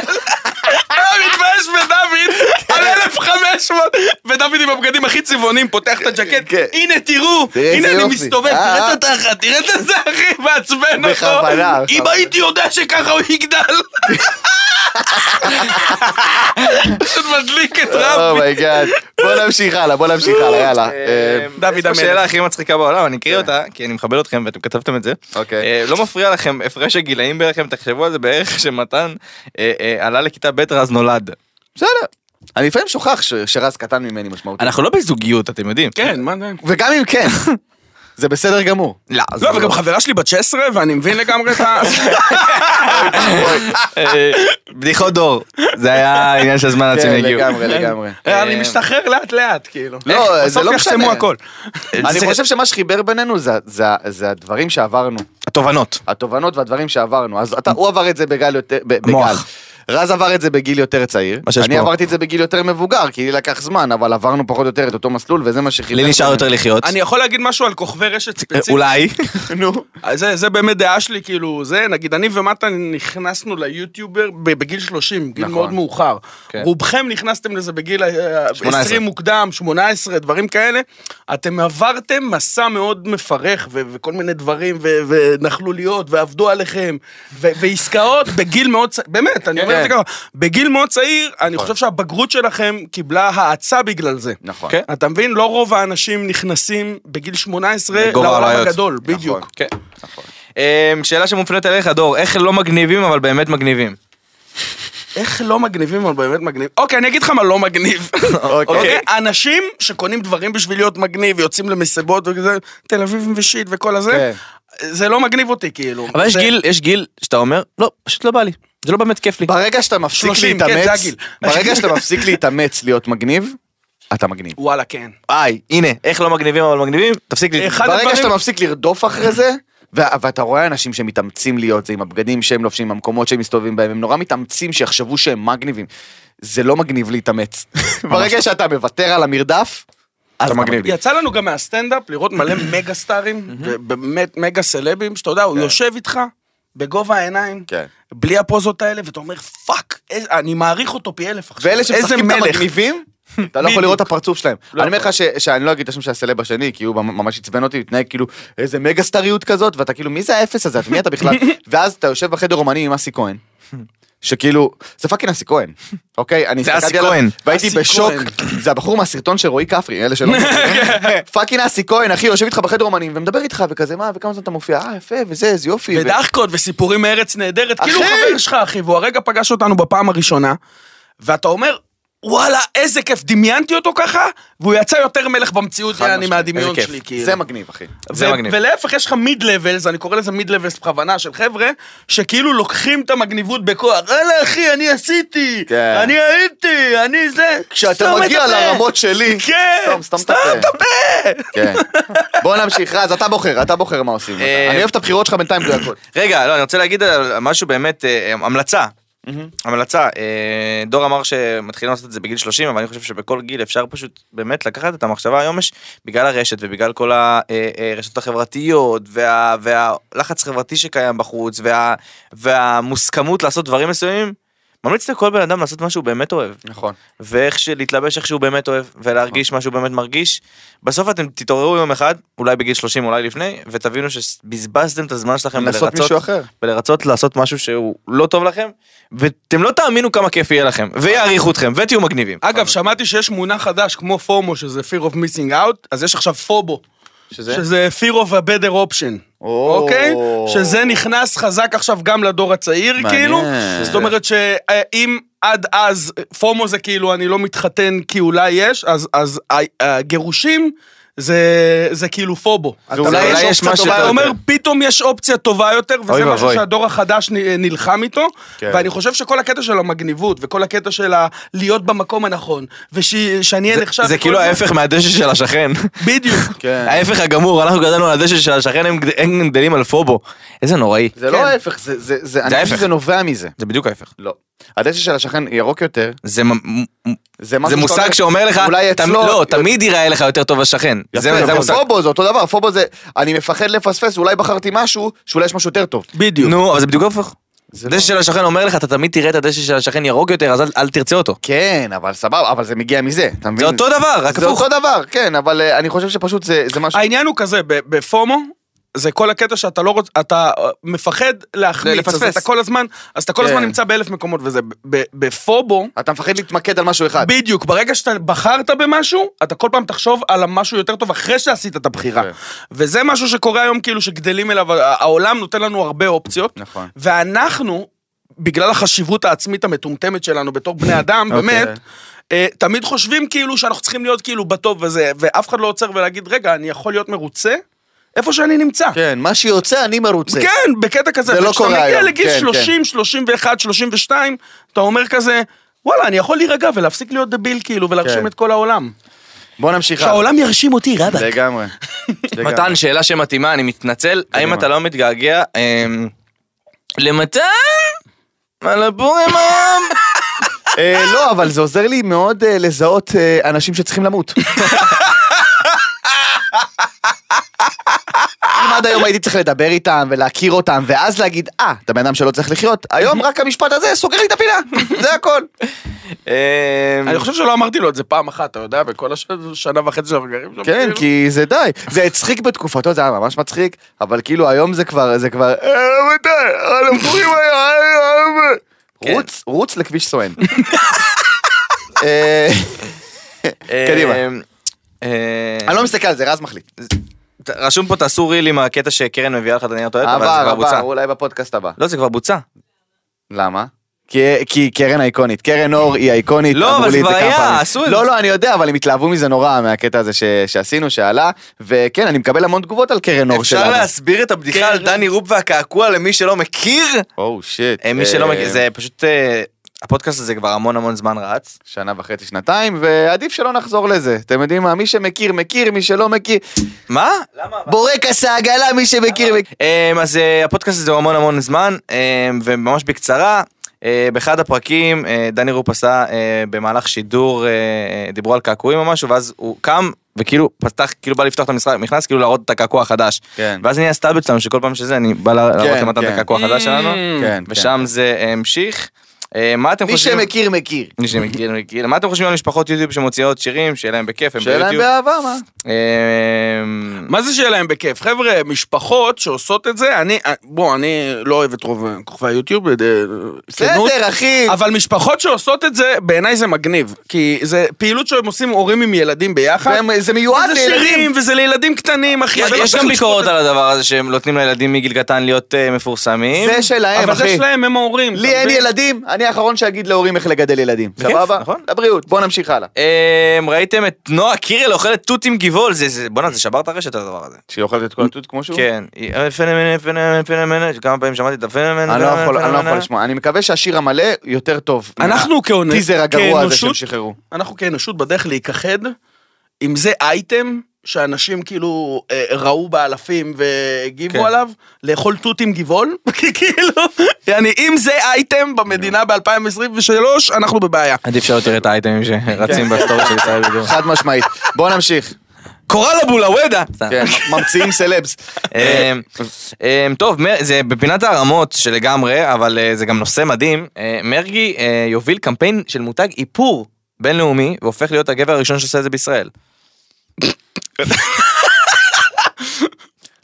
Speaker 2: אני לא מתבייש בדוד על
Speaker 4: כן.
Speaker 2: 1,500, ודוד עם הבגדים הכי צבעונים פותח את הג'קט,
Speaker 4: כן.
Speaker 2: הנה תראו,
Speaker 4: תראה איזה
Speaker 2: הנה אני
Speaker 4: יופי.
Speaker 2: מסתובב,
Speaker 4: אה,
Speaker 2: תראה
Speaker 4: אה.
Speaker 2: את התחת, תראה את זה הכי מעצבן אותו,
Speaker 4: בכוונה,
Speaker 2: אם
Speaker 4: בכוונה.
Speaker 2: הייתי יודע שככה הוא יגדל. פשוט מדליק את
Speaker 4: אה,
Speaker 2: רבי.
Speaker 4: אומייגאד. Oh בוא נמשיך הלאה, בוא נמשיך הלאה, יאללה. אה,
Speaker 2: דוד
Speaker 3: יש פה
Speaker 2: המלך.
Speaker 3: שאלה הכי מצחיקה בעולם, אני אקריא אותה, כי אני מכבד אתכם ואתם כתבתם את זה.
Speaker 4: אוקיי.
Speaker 3: אה, לא מפריע לכם הפרש הגילאים ביניכם, תחשבו על זה בערך שמתן אה, אה, עלה לכיתה ב' רז נולד.
Speaker 4: בסדר. אני לפעמים שוכח ש- שרז קטן ממני משמעותית.
Speaker 3: אנחנו לא בזוגיות, אתם יודעים.
Speaker 2: כן, מה זה?
Speaker 4: וגם אם כן. זה בסדר גמור.
Speaker 3: לא, זה
Speaker 2: לא, וגם חברה שלי בת 16, ואני מבין לגמרי את ה...
Speaker 3: אה,
Speaker 5: בדיחות דור. זה היה עניין של זמן עד שהם
Speaker 4: כן,
Speaker 5: יגיעו.
Speaker 4: לגמרי, לגמרי.
Speaker 2: אה, אני משתחרר לאט לאט, כאילו.
Speaker 4: לא,
Speaker 2: איך-
Speaker 4: זה לא
Speaker 2: בסוף
Speaker 4: משנה.
Speaker 2: יחסמו הכל.
Speaker 4: אני חושב שמה שחיבר בינינו זה- זה- זה הדברים שעברנו.
Speaker 3: תובנות.
Speaker 4: התובנות והדברים שעברנו. אז אתה, הוא עבר את זה בגל יותר... ב- בגל.
Speaker 3: מוח.
Speaker 4: רז עבר את זה בגיל יותר צעיר,
Speaker 3: מה שיש
Speaker 4: אני
Speaker 3: פה.
Speaker 4: עברתי את זה בגיל יותר מבוגר, כי לי לקח זמן, אבל עברנו פחות או יותר את אותו מסלול, וזה מה שחיבר.
Speaker 5: לי נשאר יותר
Speaker 4: בינינו.
Speaker 5: לחיות.
Speaker 2: אני יכול להגיד משהו על כוכבי רשת
Speaker 5: אה,
Speaker 2: ספציפית?
Speaker 5: אולי.
Speaker 4: נו.
Speaker 2: אה, זה, זה באמת דעה שלי, כאילו, זה, נגיד, אני ומתן נכנסנו ליוטיובר ב- בגיל 30,
Speaker 4: נכון.
Speaker 2: גיל נכון. מאוד מאוחר.
Speaker 4: כן.
Speaker 2: כן. רובכם נכנסתם לזה בגיל אה,
Speaker 3: 18.
Speaker 2: 20 מוקדם, 18, דברים כאלה. אתם עברתם מסע מאוד מפרך, ו- וכל מיני דברים, ו- ונכלוליות, ועבדו עליכם, ו- ועסקאות בגיל מאוד צעיר, באמת, אני אומר את זה
Speaker 3: כן.
Speaker 2: ככה, בגיל מאוד צעיר, אני חושב שהבגרות שלכם קיבלה האצה בגלל זה.
Speaker 4: נכון.
Speaker 3: כן.
Speaker 2: אתה מבין? לא רוב האנשים נכנסים בגיל 18
Speaker 3: לגובה
Speaker 2: לעולם
Speaker 3: האריות.
Speaker 2: הגדול, בדיוק.
Speaker 3: כן. אמ, שאלה שמופנית אליך, דור, איך לא מגניבים אבל באמת מגניבים?
Speaker 2: איך לא מגניבים, אבל באמת מגניב. אוקיי, אני אגיד לך מה לא מגניב. אוקיי? אנשים שקונים דברים בשביל להיות מגניב, יוצאים למסיבות וכזה, תל אביבים ושיט וכל הזה,
Speaker 4: כן.
Speaker 2: זה לא מגניב אותי, כאילו.
Speaker 3: אבל יש
Speaker 2: זה-
Speaker 3: גיל, יש גיל שאתה אומר, לא, פשוט לא בא לי. זה לא באמת כיף לי.
Speaker 4: ברגע שאתה מפסיק
Speaker 2: 30, כן, זה
Speaker 4: להתאמץ,
Speaker 2: הגיל.
Speaker 4: ברגע שאתה מפסיק להתאמץ להיות מגניב, אתה מגניב.
Speaker 2: וואלה, כן.
Speaker 3: היי, הנה, איך לא מגניבים אבל מגניבים, תפסיק לי.
Speaker 2: אחד
Speaker 4: ברגע
Speaker 2: הדברים-
Speaker 4: שאתה מפסיק לרדוף אחרי זה, ו- ואתה רואה אנשים שמתאמצים להיות זה, עם הבגדים שהם לובשים, עם המקומות שהם מסתובבים בהם, הם נורא מתאמצים שיחשבו שהם מגניבים. זה לא מגניב להתאמץ. ברגע שאתה מוותר על המרדף, אז אתה מגניב.
Speaker 2: יצא לנו גם מהסטנדאפ לראות מלא מגה סטארים, ובאמת מגה סלבים, שאתה יודע, הוא יושב איתך בגובה העיניים,
Speaker 4: כן.
Speaker 2: בלי הפוזות האלה, ואתה אומר, פאק, איזה- אני מעריך אותו פי אלף עכשיו.
Speaker 4: ואלה שמשחקים את
Speaker 2: איזה מלך."
Speaker 4: המגניבים, אתה לא
Speaker 2: בדיוק.
Speaker 4: יכול לראות את הפרצוף שלהם. אני אומר לך ש- שאני לא אגיד את השם של הסלב השני, כי הוא ממש עצבן אותי, מתנהג כאילו איזה מגה סטריות כזאת, ואתה כאילו, מי זה האפס הזה? את מי אתה בכלל? ואז אתה יושב בחדר אומנים עם אסי כהן. שכאילו, זה פאקינג אסי כהן, אוקיי? אני
Speaker 3: זה אסי
Speaker 4: הסתכלתי עליו,
Speaker 3: כהן.
Speaker 4: והייתי
Speaker 2: אסי
Speaker 4: בשוק,
Speaker 2: כהן.
Speaker 4: זה הבחור מהסרטון של רועי כפרי, אלה שלא מכירים. פאקינג אסי כהן, אחי, יושב איתך בחדר אומנים ומדבר איתך וכזה, מה, וכמה זמן אתה מופיע, אה, יפה, וזה, איזה יופי. ו-
Speaker 2: ודחקות וסיפורים מארץ נהדרת, כאילו הוא
Speaker 4: אחי!
Speaker 2: חבר שלך אחי, והוא הרגע פגש אותנו בפעם הראשונה, ואתה אומר, וואלה, איזה כיף, דמיינתי אותו ככה, והוא יצא יותר מלך במציאות,
Speaker 4: חד
Speaker 2: יעני,
Speaker 4: משמעית,
Speaker 2: מהדמיון
Speaker 3: איזה כיף.
Speaker 2: שלי, כאילו.
Speaker 4: זה מגניב, אחי.
Speaker 3: זה
Speaker 2: ו-
Speaker 3: מגניב.
Speaker 2: ולהפך, יש לך מיד לבלס, אני קורא לזה מיד לבלס בכוונה, של חבר'ה, שכאילו לוקחים את המגניבות בכוח. אלה אחי, אני עשיתי,
Speaker 4: כן.
Speaker 2: אני הייתי, אני זה.
Speaker 4: כשאתה
Speaker 2: סתום את
Speaker 4: מגיע
Speaker 2: הפה.
Speaker 4: לרמות שלי,
Speaker 2: כן,
Speaker 4: סתום, סתום את
Speaker 2: סתום
Speaker 4: הפה.
Speaker 2: את הפה.
Speaker 4: כן. בוא נמשיך, רז, אתה בוחר, אתה בוחר מה עושים.
Speaker 3: אה,
Speaker 4: אני אוהב את הבחירות שלך בינתיים מדויקות.
Speaker 3: רגע, לא, אני רוצה להגיד על משהו באמת, אה, המלצה. המלצה, אה, דור אמר שמתחילים לעשות את זה בגיל 30, אבל אני חושב שבכל גיל אפשר פשוט באמת לקחת את המחשבה היום יש, בגלל הרשת ובגלל כל אה, הרשתות החברתיות וה, והלחץ החברתי שקיים בחוץ וה, והמוסכמות לעשות דברים מסוימים, ממליץ לכל בן אדם לעשות מה שהוא באמת אוהב.
Speaker 4: נכון.
Speaker 3: ואיך שלהתלבש איך שהוא באמת אוהב, ולהרגיש מה שהוא באמת מרגיש. בסוף אתם תתעוררו יום אחד, אולי בגיל 30, אולי לפני, ותבינו שבזבזתם את הזמן שלכם
Speaker 4: לנסות
Speaker 3: בלרצות,
Speaker 4: מישהו אחר.
Speaker 3: בלרצות לעשות משהו שהוא לא טוב לכם, ואתם לא תאמינו כמה כיף יהיה לכם, ויעריכו אתכם, ותהיו מגניבים.
Speaker 2: אגב, שמעתי שיש מונח חדש כמו פומו, שזה fear of missing out, אז יש עכשיו פובו.
Speaker 4: שזה?
Speaker 2: שזה fear of a better option.
Speaker 4: או.
Speaker 2: אוקיי? שזה נכנס חזק עכשיו גם לדור הצעיר,
Speaker 4: מעניין.
Speaker 2: כאילו. זאת אומרת שאם עד אז פומו זה כאילו אני לא מתחתן כי אולי יש, אז- אז ה- הגירושים זה זה כאילו פובו. אתה
Speaker 4: אולי יש אופציה
Speaker 3: משהו
Speaker 4: טובה
Speaker 3: יותר.
Speaker 2: אומר, פתאום יש אופציה טובה יותר,
Speaker 3: אוי
Speaker 2: וזה משהו
Speaker 3: ואבוי.
Speaker 2: שהדור החדש נ- נלחם איתו,
Speaker 4: כן.
Speaker 2: ואני חושב שכל הקטע של המגניבות, וכל הקטע של ה- להיות במקום הנכון,
Speaker 4: אה,
Speaker 2: ושאני אהיה נחשב...
Speaker 3: זה
Speaker 2: וכל
Speaker 3: כאילו ההפך מהדשא של השכן.
Speaker 2: בדיוק.
Speaker 4: כן.
Speaker 3: ההפך הגמור, אנחנו גדלנו על הדשא של השכן, הם גד- הם גדלים על פובו. איזה נוראי.
Speaker 4: זה לא ההפך, זה- זה... זה אני חושב
Speaker 3: ההפך.
Speaker 4: שזה נובע מזה.
Speaker 3: זה בדיוק ההפך.
Speaker 4: לא. הדשא של השכן ירוק יותר,
Speaker 3: זה מ- מ-
Speaker 4: זה
Speaker 3: זה
Speaker 4: משהו שאתה
Speaker 3: מושג
Speaker 4: אומר,
Speaker 3: שאומר לך,
Speaker 4: אולי
Speaker 3: תמ-
Speaker 4: אצלו...
Speaker 3: לא, תמיד ייראה לך יותר טוב השכן.
Speaker 4: יפה,
Speaker 3: זה זה
Speaker 4: אבל
Speaker 3: המושג.
Speaker 4: פובו זה אותו דבר, פובו זה, אני מפחד לפספס, אולי בחרתי משהו, שאולי יש משהו יותר טוב.
Speaker 2: בדיוק.
Speaker 3: נו, אבל זה בדיוק ההפך.
Speaker 4: לא-
Speaker 3: דשא של השכן אומר לך, אתה תמיד תראה את הדשא של השכן ירוק יותר, אז אל- אל תרצה אותו.
Speaker 4: כן, אבל סבבה, אבל זה מגיע מזה, אתה מבין?
Speaker 3: זה אותו דבר, רק
Speaker 4: זה
Speaker 3: הפוך.
Speaker 4: אותו דבר, כן, אבל אה, אני חושב שפשוט זה זה משהו...
Speaker 2: העניין הוא כזה, ב- בפומו, זה כל הקטע שאתה לא רוצה, אתה אה, מפחד להחמיץ, אז
Speaker 3: לפספס.
Speaker 2: אתה כל הזמן, אז אתה כל הזמן
Speaker 4: כן.
Speaker 2: נמצא באלף מקומות וזה, ב- ב- בפובו,
Speaker 4: אתה מפחד להתמקד על משהו אחד.
Speaker 2: בדיוק, ברגע שאתה בחרת במשהו, אתה כל פעם תחשוב על משהו יותר טוב אחרי שעשית את הבחירה.
Speaker 4: כן.
Speaker 2: וזה משהו שקורה היום כאילו שגדלים אליו, ה- העולם נותן לנו הרבה אופציות,
Speaker 4: נכון.
Speaker 2: ואנחנו, בגלל החשיבות העצמית המטומטמת שלנו בתור בני אדם,
Speaker 4: אוקיי.
Speaker 2: באמת, אה, תמיד חושבים כאילו שאנחנו צריכים להיות כאילו בטוב וזה, ואף אחד לא עוצר ולהגיד, רגע, אני יכול להיות מרוצה איפה שאני נמצא.
Speaker 4: כן, מה שיוצא אני מרוצה.
Speaker 2: כן, בקטע כזה.
Speaker 4: זה לא
Speaker 2: וכשאתה
Speaker 4: קורה היום,
Speaker 2: מגיע לגיל
Speaker 4: כן,
Speaker 2: 30, 31, 32, אתה אומר כזה, וואלה, אני יכול להירגע ולהפסיק להיות דביל כאילו, ולהרשים
Speaker 4: כן.
Speaker 2: את כל העולם.
Speaker 4: בוא נמשיך הלאה.
Speaker 2: שהעולם ירשים אותי, רבאק.
Speaker 4: לגמרי. לגמרי.
Speaker 3: מתן, שאלה שמתאימה, אני מתנצל. האם
Speaker 4: קדימה.
Speaker 3: אתה לא מתגעגע אמ, למתן? על הפורים היום?
Speaker 4: אה, לא, אבל זה עוזר לי מאוד אה, לזהות אה, אנשים שצריכים למות. אם עד היום הייתי צריך לדבר איתם ולהכיר אותם ואז להגיד, אה, אתה בן אדם שלא צריך לחיות, היום רק המשפט הזה סוגר לי את הפינה, זה הכל.
Speaker 3: אמ,
Speaker 2: אני חושב שלא אמרתי לו את זה פעם אחת, אתה יודע, בכל השנה וחצי שאנחנו גרים שם.
Speaker 4: כן,
Speaker 2: כאילו.
Speaker 4: כי זה די. זה הצחיק בתקופתו, זה היה ממש מצחיק, אבל כאילו היום זה כבר, זה כבר, אה, רבותיי, על הבחורים האלה, אה, אה,
Speaker 3: כן.
Speaker 4: אה." רוץ, רוץ לכביש סואן. אה, קדימה.
Speaker 3: אמ, אה,
Speaker 4: אני לא מסתכל על זה, רז מחליט.
Speaker 3: ת- רשום פה תעשו ריל עם הקטע שקרן מביאה לך את הנייר טואלט, אבל זה
Speaker 4: עבר,
Speaker 3: כבר
Speaker 4: עבר,
Speaker 3: בוצע.
Speaker 4: אולי בפודקאסט הבא.
Speaker 3: לא, זה כבר בוצע.
Speaker 4: למה? כי, כי קרן אייקונית, קרן אור היא אייקונית,
Speaker 3: לא,
Speaker 4: אמרו
Speaker 3: אבל
Speaker 4: לי
Speaker 3: זה
Speaker 4: את
Speaker 3: כבר
Speaker 4: כמה
Speaker 3: היה,
Speaker 4: פעמים.
Speaker 3: עשו את
Speaker 4: לא,
Speaker 3: זה.
Speaker 4: לא, אני יודע, אבל הם התלהבו מזה נורא מהקטע הזה ש, שעשינו, שעלה, וכן, אני מקבל המון תגובות על קרן אור שלנו.
Speaker 3: אפשר להסביר את הבדיחה על דני רופ והקעקוע למי שלא מכיר?
Speaker 4: או שיט.
Speaker 3: אה, מי שלא מכיר, זה פשוט... אה, הפודקאסט הזה כבר המון המון זמן רץ.
Speaker 4: שנה וחצי, שנתיים, ועדיף שלא נחזור לזה. אתם יודעים מה, מי שמכיר, מכיר, מי שלא מכיר,
Speaker 3: מה? למה?
Speaker 4: בורקס העגלה, מי שמכיר, מכיר.
Speaker 3: אמ, אז אה, הפודקאסט הזה הוא המון המון זמן, אמ, וממש בקצרה, אה, באחד הפרקים אה, דני רופ עשה אה, במהלך שידור, אה, אה, דיברו על קעקועים או משהו, ואז הוא קם וכאילו פתח, כאילו בא לפתוח את המשחק, נכנס כאילו להראות את הקעקוע החדש.
Speaker 4: כן.
Speaker 3: ואז נהיה הסטלבט שלנו שכל פעם שזה אני בא לה- להראות למתן את
Speaker 4: כן.
Speaker 3: הקעקוע החדש שלנו,
Speaker 4: כן,
Speaker 3: ושם זה אה, המשיך. אה, מה אתם
Speaker 4: מי
Speaker 3: חושבים? כן,
Speaker 4: שמכיר, מכיר.
Speaker 3: מי שמכיר, מכיר. מה אתם חושבים על משפחות יוטיוב שמוציאות שירים, שיהיה להם בכיף, הם
Speaker 4: שאלה להם
Speaker 3: ביוטיוב?
Speaker 4: באהבה, מה?
Speaker 3: אמ,
Speaker 2: מה זה שיהיה להם בכיף? חבר'ה, משפחות שעושות את זה, אני, אה, בוא, אני לא אוהב את רוב כוכבי היוטיוב, אה, כנות,
Speaker 4: בסדר, אחי.
Speaker 2: אבל משפחות שעושות את זה, בעיניי זה מגניב. כי זה פעילות שהם עושים הורים עם ילדים ביחד.
Speaker 4: והם- זה מיועד
Speaker 2: זה
Speaker 4: לילדים.
Speaker 2: שירים, וזה לילדים קטנים, אחי.
Speaker 3: יש-
Speaker 2: אבל לא
Speaker 3: יש
Speaker 2: צריך
Speaker 3: גם
Speaker 2: לשפוט
Speaker 3: ביקורת
Speaker 2: את-
Speaker 3: על הדבר הזה שהם נותנים לילדים מגיל קטן להיות אה, מפורסמים.
Speaker 4: זה שלהם,
Speaker 2: אבל זה
Speaker 4: אה, אחי.
Speaker 2: שלהם, הם ההורים.
Speaker 4: לי
Speaker 2: אתה
Speaker 4: אין
Speaker 2: מבין?
Speaker 4: ילדים, אני האחרון שאגיד להורים איך לגדל ילדים.
Speaker 3: בכיף,
Speaker 4: סבבה?
Speaker 3: נכון.
Speaker 4: לבריאות, בוא נמשיך הלאה.
Speaker 3: אמ, ראיתם את נועה קירל אוכלת תות עם גבעול, זה- זה- בואנה זה
Speaker 4: Mm.
Speaker 3: שבר את הרשת הדבר הזה.
Speaker 4: שהיא אוכלת את כל התות כמו שהוא?
Speaker 3: כן, היא- אה, פנומן, פנומן, פנומן, כמה פעמים שמעתי את הפנומן,
Speaker 4: אני לא
Speaker 3: פנומן,
Speaker 4: יכול אני לא
Speaker 3: פנומן.
Speaker 4: יכול לשמוע. אני מקווה שהשיר המלא יותר טוב.
Speaker 2: אנחנו כאונ-
Speaker 4: הטיזר הגרוע הזה שהם
Speaker 2: כאנושות,
Speaker 4: שחררו.
Speaker 2: אנחנו כאנושות בדרך להיכחד, אם זה אייטם שאנשים כאילו אה, ראו באלפים
Speaker 3: כן.
Speaker 2: והגיבו עליו, לאכול תות עם גבעול, כי כאילו, יעני, אם זה אייטם במדינה ב-2023, אנחנו בבעיה.
Speaker 3: עדיף שלא תראה את האייטמים שרצים
Speaker 4: כן.
Speaker 3: בסטורי של ישראל בידור.
Speaker 4: חד משמעית. בוא נמשיך.
Speaker 3: קורל אבולאוודה.
Speaker 4: כן, ממציאים סלבס.
Speaker 3: אמ, אמ, טוב, מר- זה בפינת הערמות שלגמרי, אבל אה, זה גם נושא מדהים. אה, מרגי אה, יוביל קמפיין של מותג איפור בינלאומי, והופך להיות הגבר הראשון שעושה את זה בישראל.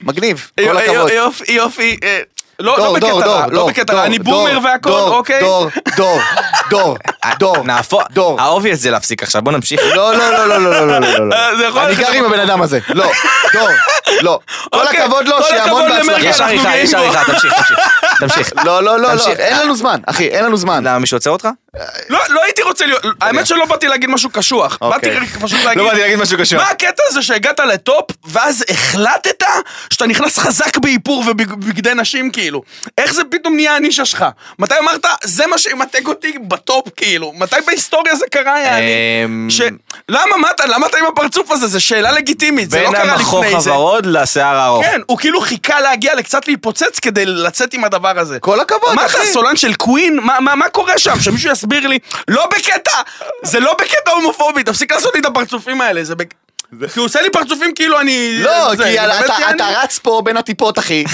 Speaker 4: מגניב,
Speaker 2: יו-
Speaker 4: כל
Speaker 2: יו-
Speaker 4: הכבוד.
Speaker 2: יופי, יופי. אה, לא לא
Speaker 4: דור,
Speaker 2: בקטע
Speaker 4: דור, דור,
Speaker 2: רע, לא
Speaker 4: דור,
Speaker 2: בקטע
Speaker 4: דור,
Speaker 2: רע, אני
Speaker 4: דור,
Speaker 2: בומר והכל,
Speaker 4: דור,
Speaker 2: אוקיי?
Speaker 4: דור, דור, דור, דור,
Speaker 3: נהפוך,
Speaker 4: דור.
Speaker 3: האובייס זה להפסיק עכשיו, בוא נמשיך.
Speaker 4: לא, לא, לא, לא, לא, לא, לא, לא, לא.
Speaker 2: אה, זה יכול
Speaker 4: אני
Speaker 2: ללכת-
Speaker 4: גר עם הבן אדם הזה. לא, דור, לא. כל
Speaker 2: אוקיי,
Speaker 4: הכבוד לו,
Speaker 2: כל
Speaker 4: שיהיה המון
Speaker 2: הכבוד למרגי,
Speaker 3: יש
Speaker 4: בהצלחה.
Speaker 2: לא,
Speaker 3: עריכה,
Speaker 2: אנחנו גאים
Speaker 3: יש
Speaker 2: בו.
Speaker 3: עריכה, תמשיך, תמשיך, תמשיך.
Speaker 4: לא, לא, לא, לא,
Speaker 3: תמשיך.
Speaker 4: אין לנו זמן, אחי, אין לנו זמן.
Speaker 3: למה מישהו עוצר אותך?
Speaker 2: לא לא הייתי רוצה להיות,
Speaker 3: אוקיי.
Speaker 2: האמת שלא באתי להגיד משהו קשוח. באתי
Speaker 4: אוקיי.
Speaker 2: רק פשוט להגיד...
Speaker 3: לא להגיד משהו קשור.
Speaker 2: מה הקטע הזה שהגעת לטופ, ואז החלטת שאתה נכנס חזק באיפור ובבגדי נשים, כאילו? איך זה פתאום נהיה הנישה שלך? מתי אמרת, זה מה שימתג אותי בטופ, כאילו? מתי בהיסטוריה זה קרה, יעני?
Speaker 3: אמ,
Speaker 2: ש... למה, מה אתה, למה אתה עם הפרצוף הזה? זו שאלה לגיטימית, זה לא
Speaker 3: בין
Speaker 2: קרה
Speaker 3: המחוך
Speaker 2: לפני זה.
Speaker 3: הוורוד לשיער הארוך.
Speaker 2: כן, הוא כאילו חיכה להגיע לקצת להתפוצץ כדי לצאת עם הדבר הזה.
Speaker 4: כל הכבוד,
Speaker 2: מה
Speaker 4: אחי.
Speaker 2: אתה, סולן של קווין? מה- מה מה קורה שם? שמישהו יסביר לי. לא בקטע! זה לא בקטע הומופובי, תפסיק לעשות לי את הפרצופים האלה, זה בק... כי הוא עושה לי פרצופים כאילו אני...
Speaker 4: לא,
Speaker 2: זה,
Speaker 4: כי
Speaker 2: אני
Speaker 4: אתה-
Speaker 2: באמת,
Speaker 4: אתה-
Speaker 2: אני-
Speaker 4: אתה רץ פה בין הטיפות, אחי.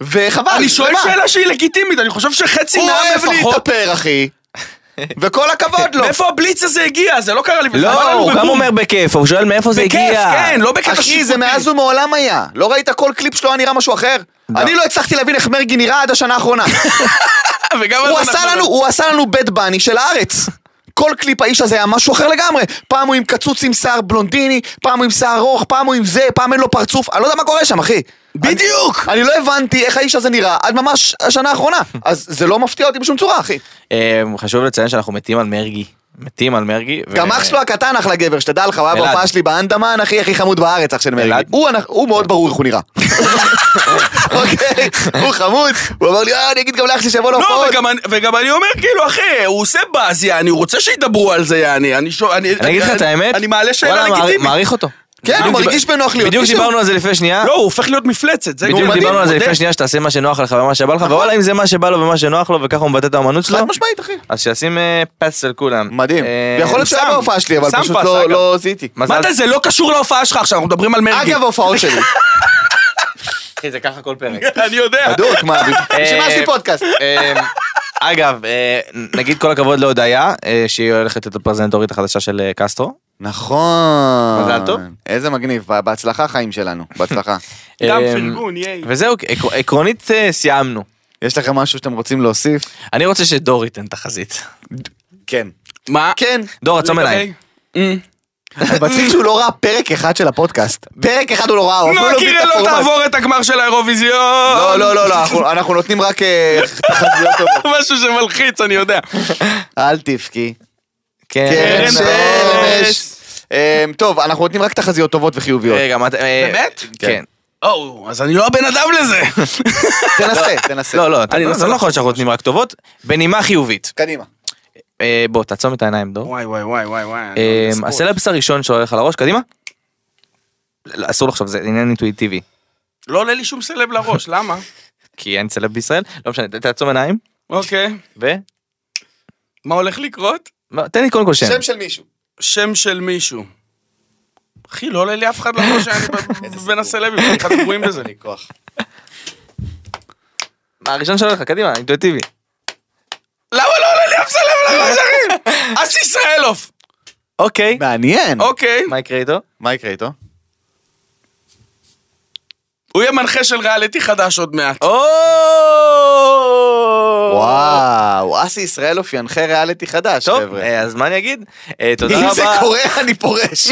Speaker 4: וחבל,
Speaker 2: אני שואל
Speaker 4: למה?
Speaker 2: שאלה שהיא לגיטימית, אני חושב שחצי
Speaker 4: הוא
Speaker 2: מהעם
Speaker 4: אוהב
Speaker 2: לפחות...
Speaker 4: להתאפר, אחי. וכל הכבוד לו.
Speaker 2: מאיפה הבליץ הזה הגיע? זה לא קרה לי. וזה עבר
Speaker 3: לא,
Speaker 2: לנו
Speaker 3: הוא גם
Speaker 2: בבום.
Speaker 3: אומר בכיף, הוא שואל מאיפה זה הגיע.
Speaker 2: בכיף, כן, לא בקטע שיפוטי.
Speaker 4: אחי, זה מאז ומעולם היה. לא ראית כל קליפ שלו היה נראה משהו אחר? אני לא הצלחתי להבין איך מרגי נראה עד השנה האחרונה.
Speaker 2: וגם
Speaker 4: הוא
Speaker 2: אז
Speaker 4: עשה
Speaker 2: אנחנו-
Speaker 4: לנו, הוא עשה לנו בית בני של הארץ. כל קליפ האיש הזה היה משהו אחר לגמרי. פעם הוא עם קצוץ עם שיער בלונדיני, פעם הוא עם שיער ארוך, פעם הוא עם זה, פעם אין לו פרצוף. אני לא יודע מה קורה שם, אחי.
Speaker 2: בדיוק!
Speaker 4: אני לא הבנתי איך האיש הזה נראה עד ממש השנה האחרונה. אז זה לא מפתיע אותי בשום צורה, אחי.
Speaker 3: אמ, חשוב לציין שאנחנו מתים על מרגי. מתים על מרגי. ו-
Speaker 4: גם אח
Speaker 2: לא-
Speaker 4: שלו הקטן אחלה גבר, שתדע לך, הוא היה
Speaker 3: אלעד.
Speaker 4: בהופעה שלי באנדמן, אחי הכי חמוד בארץ, אח של מרגי.
Speaker 3: אלעד.
Speaker 4: הוא אנ- הוא מאוד ברור איך הוא נראה. אוקיי, הוא חמוד, הוא אמר לי, אה, אני אגיד גם לאח שלי שיבוא
Speaker 2: לא,
Speaker 4: להופעות.
Speaker 2: וגם אני- וגם אני אומר, כאילו, אחי, הוא עושה באז, יעני, הוא רוצה שידברו על זה, יעני. אני שואל, אני...
Speaker 3: אני אגיד לך את האמת,
Speaker 2: אני מעלה שאלה
Speaker 3: וואלה, מעריך-
Speaker 2: לגיטימית.
Speaker 3: מעריך אותו.
Speaker 4: כן, הוא
Speaker 3: בדיוק
Speaker 4: מרגיש
Speaker 3: דיבר-
Speaker 4: בנוח להיות
Speaker 3: בדיוק
Speaker 4: מישהו.
Speaker 3: דיברנו על זה לפני שנייה.
Speaker 2: לא, הוא הופך להיות מפלצת, זה
Speaker 3: בדיוק
Speaker 2: מדהים,
Speaker 3: דיברנו על זה
Speaker 2: הוא נכון.
Speaker 3: לפני
Speaker 2: מודה.
Speaker 3: שנייה, שתעשה מה שנוח לך ומה שבא לך, ווואלה אם זה מה שבא לו ומה שנוח לו וככה הוא מבטא את האמנות שלו,
Speaker 4: חד משמעית, אחי.
Speaker 3: אז שישים אה, פס על כולם.
Speaker 4: מדהים.
Speaker 3: אה,
Speaker 4: ויכול להיות שהוא היה
Speaker 2: שם.
Speaker 4: בהופעה שלי, אבל
Speaker 2: שם
Speaker 4: פשוט
Speaker 2: פס,
Speaker 4: לא-
Speaker 2: אגב.
Speaker 4: לא זיהיתי.
Speaker 3: מזל-
Speaker 2: מה אתה, זה לא קשור להופעה שלך עכשיו, אנחנו מדברים על מרגי.
Speaker 4: אגב, ההופעות שלי.
Speaker 3: אחי, זה ככה כל פרק.
Speaker 2: אני יודע.
Speaker 4: בדוק, מה, בשביל מה יש לי
Speaker 3: אה,
Speaker 4: פודקאסט?
Speaker 3: אה, אגב, אה, נגיד כל הכבוד להודיה, אה, שהיא הולכת להיות הפרזנטורית החדשה של אה, קסטרו.
Speaker 4: נכון.
Speaker 3: מזל טוב.
Speaker 4: איזה מגניב, בהצלחה חיים שלנו, בהצלחה.
Speaker 2: גם
Speaker 3: אה,
Speaker 2: פרגון, ייי.
Speaker 3: וזהו, עקר- עקרונית אה, סיימנו.
Speaker 4: יש לכם משהו שאתם רוצים להוסיף?
Speaker 3: אני רוצה שדור ייתן תחזית.
Speaker 4: כן.
Speaker 2: מה?
Speaker 4: כן.
Speaker 3: דור, לא עצום עיניים.
Speaker 4: מצחיק שהוא לא ראה פרק אחד של הפודקאסט. פרק אחד הוא לא ראה, הוא אפילו
Speaker 2: נו,
Speaker 4: לא מבין את
Speaker 2: קירל לא
Speaker 4: הפורמט.
Speaker 2: תעבור את הגמר של האירוויזיון.
Speaker 4: לא, לא, לא, לא, אנחנו- אנחנו נותנים רק אה, תחזיות טובות.
Speaker 2: משהו שמלחיץ, אני יודע.
Speaker 4: אל תבכי.
Speaker 3: כן,
Speaker 4: קרן
Speaker 2: שמש.
Speaker 4: שמש. אמ, טוב, אנחנו נותנים רק תחזיות טובות וחיוביות.
Speaker 3: רגע, מה אתה... אה,
Speaker 2: באמת?
Speaker 3: כן.
Speaker 2: או, אז אני לא הבן אדם לזה.
Speaker 4: תנסה, תנסה.
Speaker 3: לא, לא, אתה-
Speaker 2: כן. אני
Speaker 3: לא
Speaker 2: מנסה
Speaker 3: זה לא יכול
Speaker 2: לחשוב
Speaker 3: להיות שאנחנו נותנים רק טובות. בנימה חיובית.
Speaker 4: קדימה.
Speaker 3: אה, בוא, תעצום את העיניים, דור.
Speaker 2: וואי, וואי, וואי, וואי, וואי. אני לא
Speaker 3: אה,
Speaker 2: בספורט.
Speaker 3: הסלפס הראשון שעולה לך לראש, קדימה. לא, אסור לחשוב, זה עניין אינטואיטיבי.
Speaker 2: לא עולה לי שום סלב לראש, למה?
Speaker 3: כי אין סלב בישראל, לא משנה, ת- תעצום עיניים,
Speaker 2: אוקיי.
Speaker 3: ו...
Speaker 2: מה הולך לקרות?
Speaker 3: מה, תן לי קודם כל שם.
Speaker 4: שם של מישהו.
Speaker 2: שם של מישהו. אחי, לא עולה לי אף אחד לראש שאני ב- בין הסלבים, אני אחד גרועים בזה.
Speaker 3: מה, הראשון שעולה לך, קדימה, אינטואיטיבי.
Speaker 2: למה לא עולה לי אף סלב לראש, אחי? אס ישראלוף.
Speaker 3: אוקיי,
Speaker 4: מעניין.
Speaker 2: אוקיי.
Speaker 3: מה יקרה איתו?
Speaker 4: מה יקרה איתו?
Speaker 2: הוא יהיה מנחה של ריאליטי חדש עוד מעט.
Speaker 4: וואו, אסי ישראלוף ינחה ריאליטי חדש,
Speaker 3: טוב,
Speaker 4: חבר'ה.
Speaker 3: אה, אז מה אני אגיד? אה, תודה
Speaker 4: אם זה
Speaker 3: רבה.
Speaker 4: קורה, אני פורש.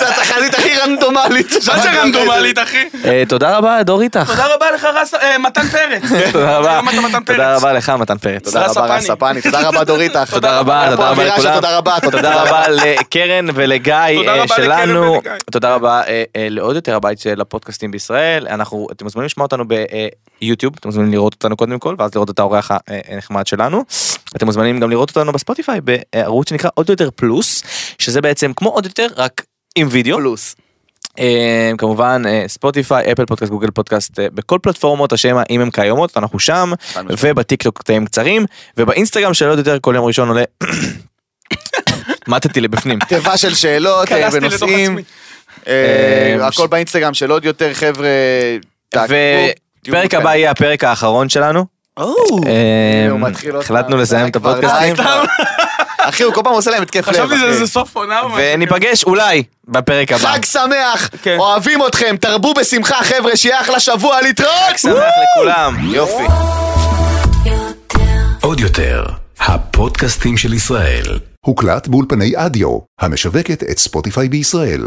Speaker 4: זו התחזית הכי רנדומלית.
Speaker 2: מה זה רנדומלית, אחי?
Speaker 3: אה, תודה רבה, דור איתך.
Speaker 2: תודה רבה לך, רס- אה, מתן פרץ.
Speaker 3: תודה רבה.
Speaker 2: היום אתה מתן פרץ.
Speaker 3: תודה רבה לך, מתן פרץ.
Speaker 4: תודה רבה,
Speaker 2: ספני.
Speaker 4: רספני. תודה רבה, דוריתך.
Speaker 3: תודה רבה,
Speaker 4: היה פה
Speaker 3: תודה רבה
Speaker 4: אווירה של
Speaker 3: לכולם.
Speaker 4: תודה רבה,
Speaker 3: תודה רבה לקרן ולגיא אה,
Speaker 2: רבה לקרן
Speaker 3: שלנו.
Speaker 2: ולגיא.
Speaker 3: תודה רבה אה, אה, לעוד יותר הבית של הפודקאסטים בישראל. אנחנו, אתם מוזמנים לשמוע אותנו ביוטיוב, אתם מוזמנים לראות אותנו קודם כל, ואז לראות את האורח ה- אה, הנחמד שלנו. אתם מוזמנים גם לראות אותנו בספוטיפיי בערוץ שנקרא עוד יותר פלוס, שזה בעצם כמו עוד יותר, רק עם וידאו.
Speaker 4: פלוס.
Speaker 3: אה, כמובן אה, ספוטיפיי, אפל פודקאסט, גוגל פודקאסט, אה, בכל פלטפורמות השם אם הם קיימות, אנחנו שם,
Speaker 4: חד משמעית.
Speaker 3: ובטיק טוק קטעים קצרים, ובאינסטגרם של עוד יותר כל יום ראשון עולה. מתתי לבפנים.
Speaker 4: תיבה של שאלות אה,
Speaker 2: קלסתי לתוך
Speaker 4: ונושאים.
Speaker 2: עצמי.
Speaker 4: אה,
Speaker 3: אה,
Speaker 4: הכל באינסטגרם של עוד יותר, חבר'ה. תעקבו, תהיו
Speaker 3: ופרק הבא
Speaker 4: מעודכנים.
Speaker 3: יהיה הפרק האחרון שלנו. אה,
Speaker 4: הוא מתחיל עוד
Speaker 3: החלטנו
Speaker 4: פעם. אה,
Speaker 3: לסיים את
Speaker 4: כבר
Speaker 3: הפודקאסטים,
Speaker 4: די כבר. אחי, הוא כל פעם עושה להם התקף לב.
Speaker 3: אה,
Speaker 2: חשבתי
Speaker 4: אחי.
Speaker 2: זה איזה סוף עונה או משהו.
Speaker 3: וניפגש אולי בפרק הבא.
Speaker 4: חג שמח,
Speaker 2: כן.
Speaker 4: אוהבים אתכם, תרבו בשמחה חבר'ה, שיהיה אחלה שבוע, להתראות!
Speaker 3: שמח לכולם.
Speaker 4: יופי.
Speaker 1: עוד יותר, הפודקאסטים של ישראל.
Speaker 6: הוקלט באולפני אדיו, המשווקת את ספוטיפיי בישראל.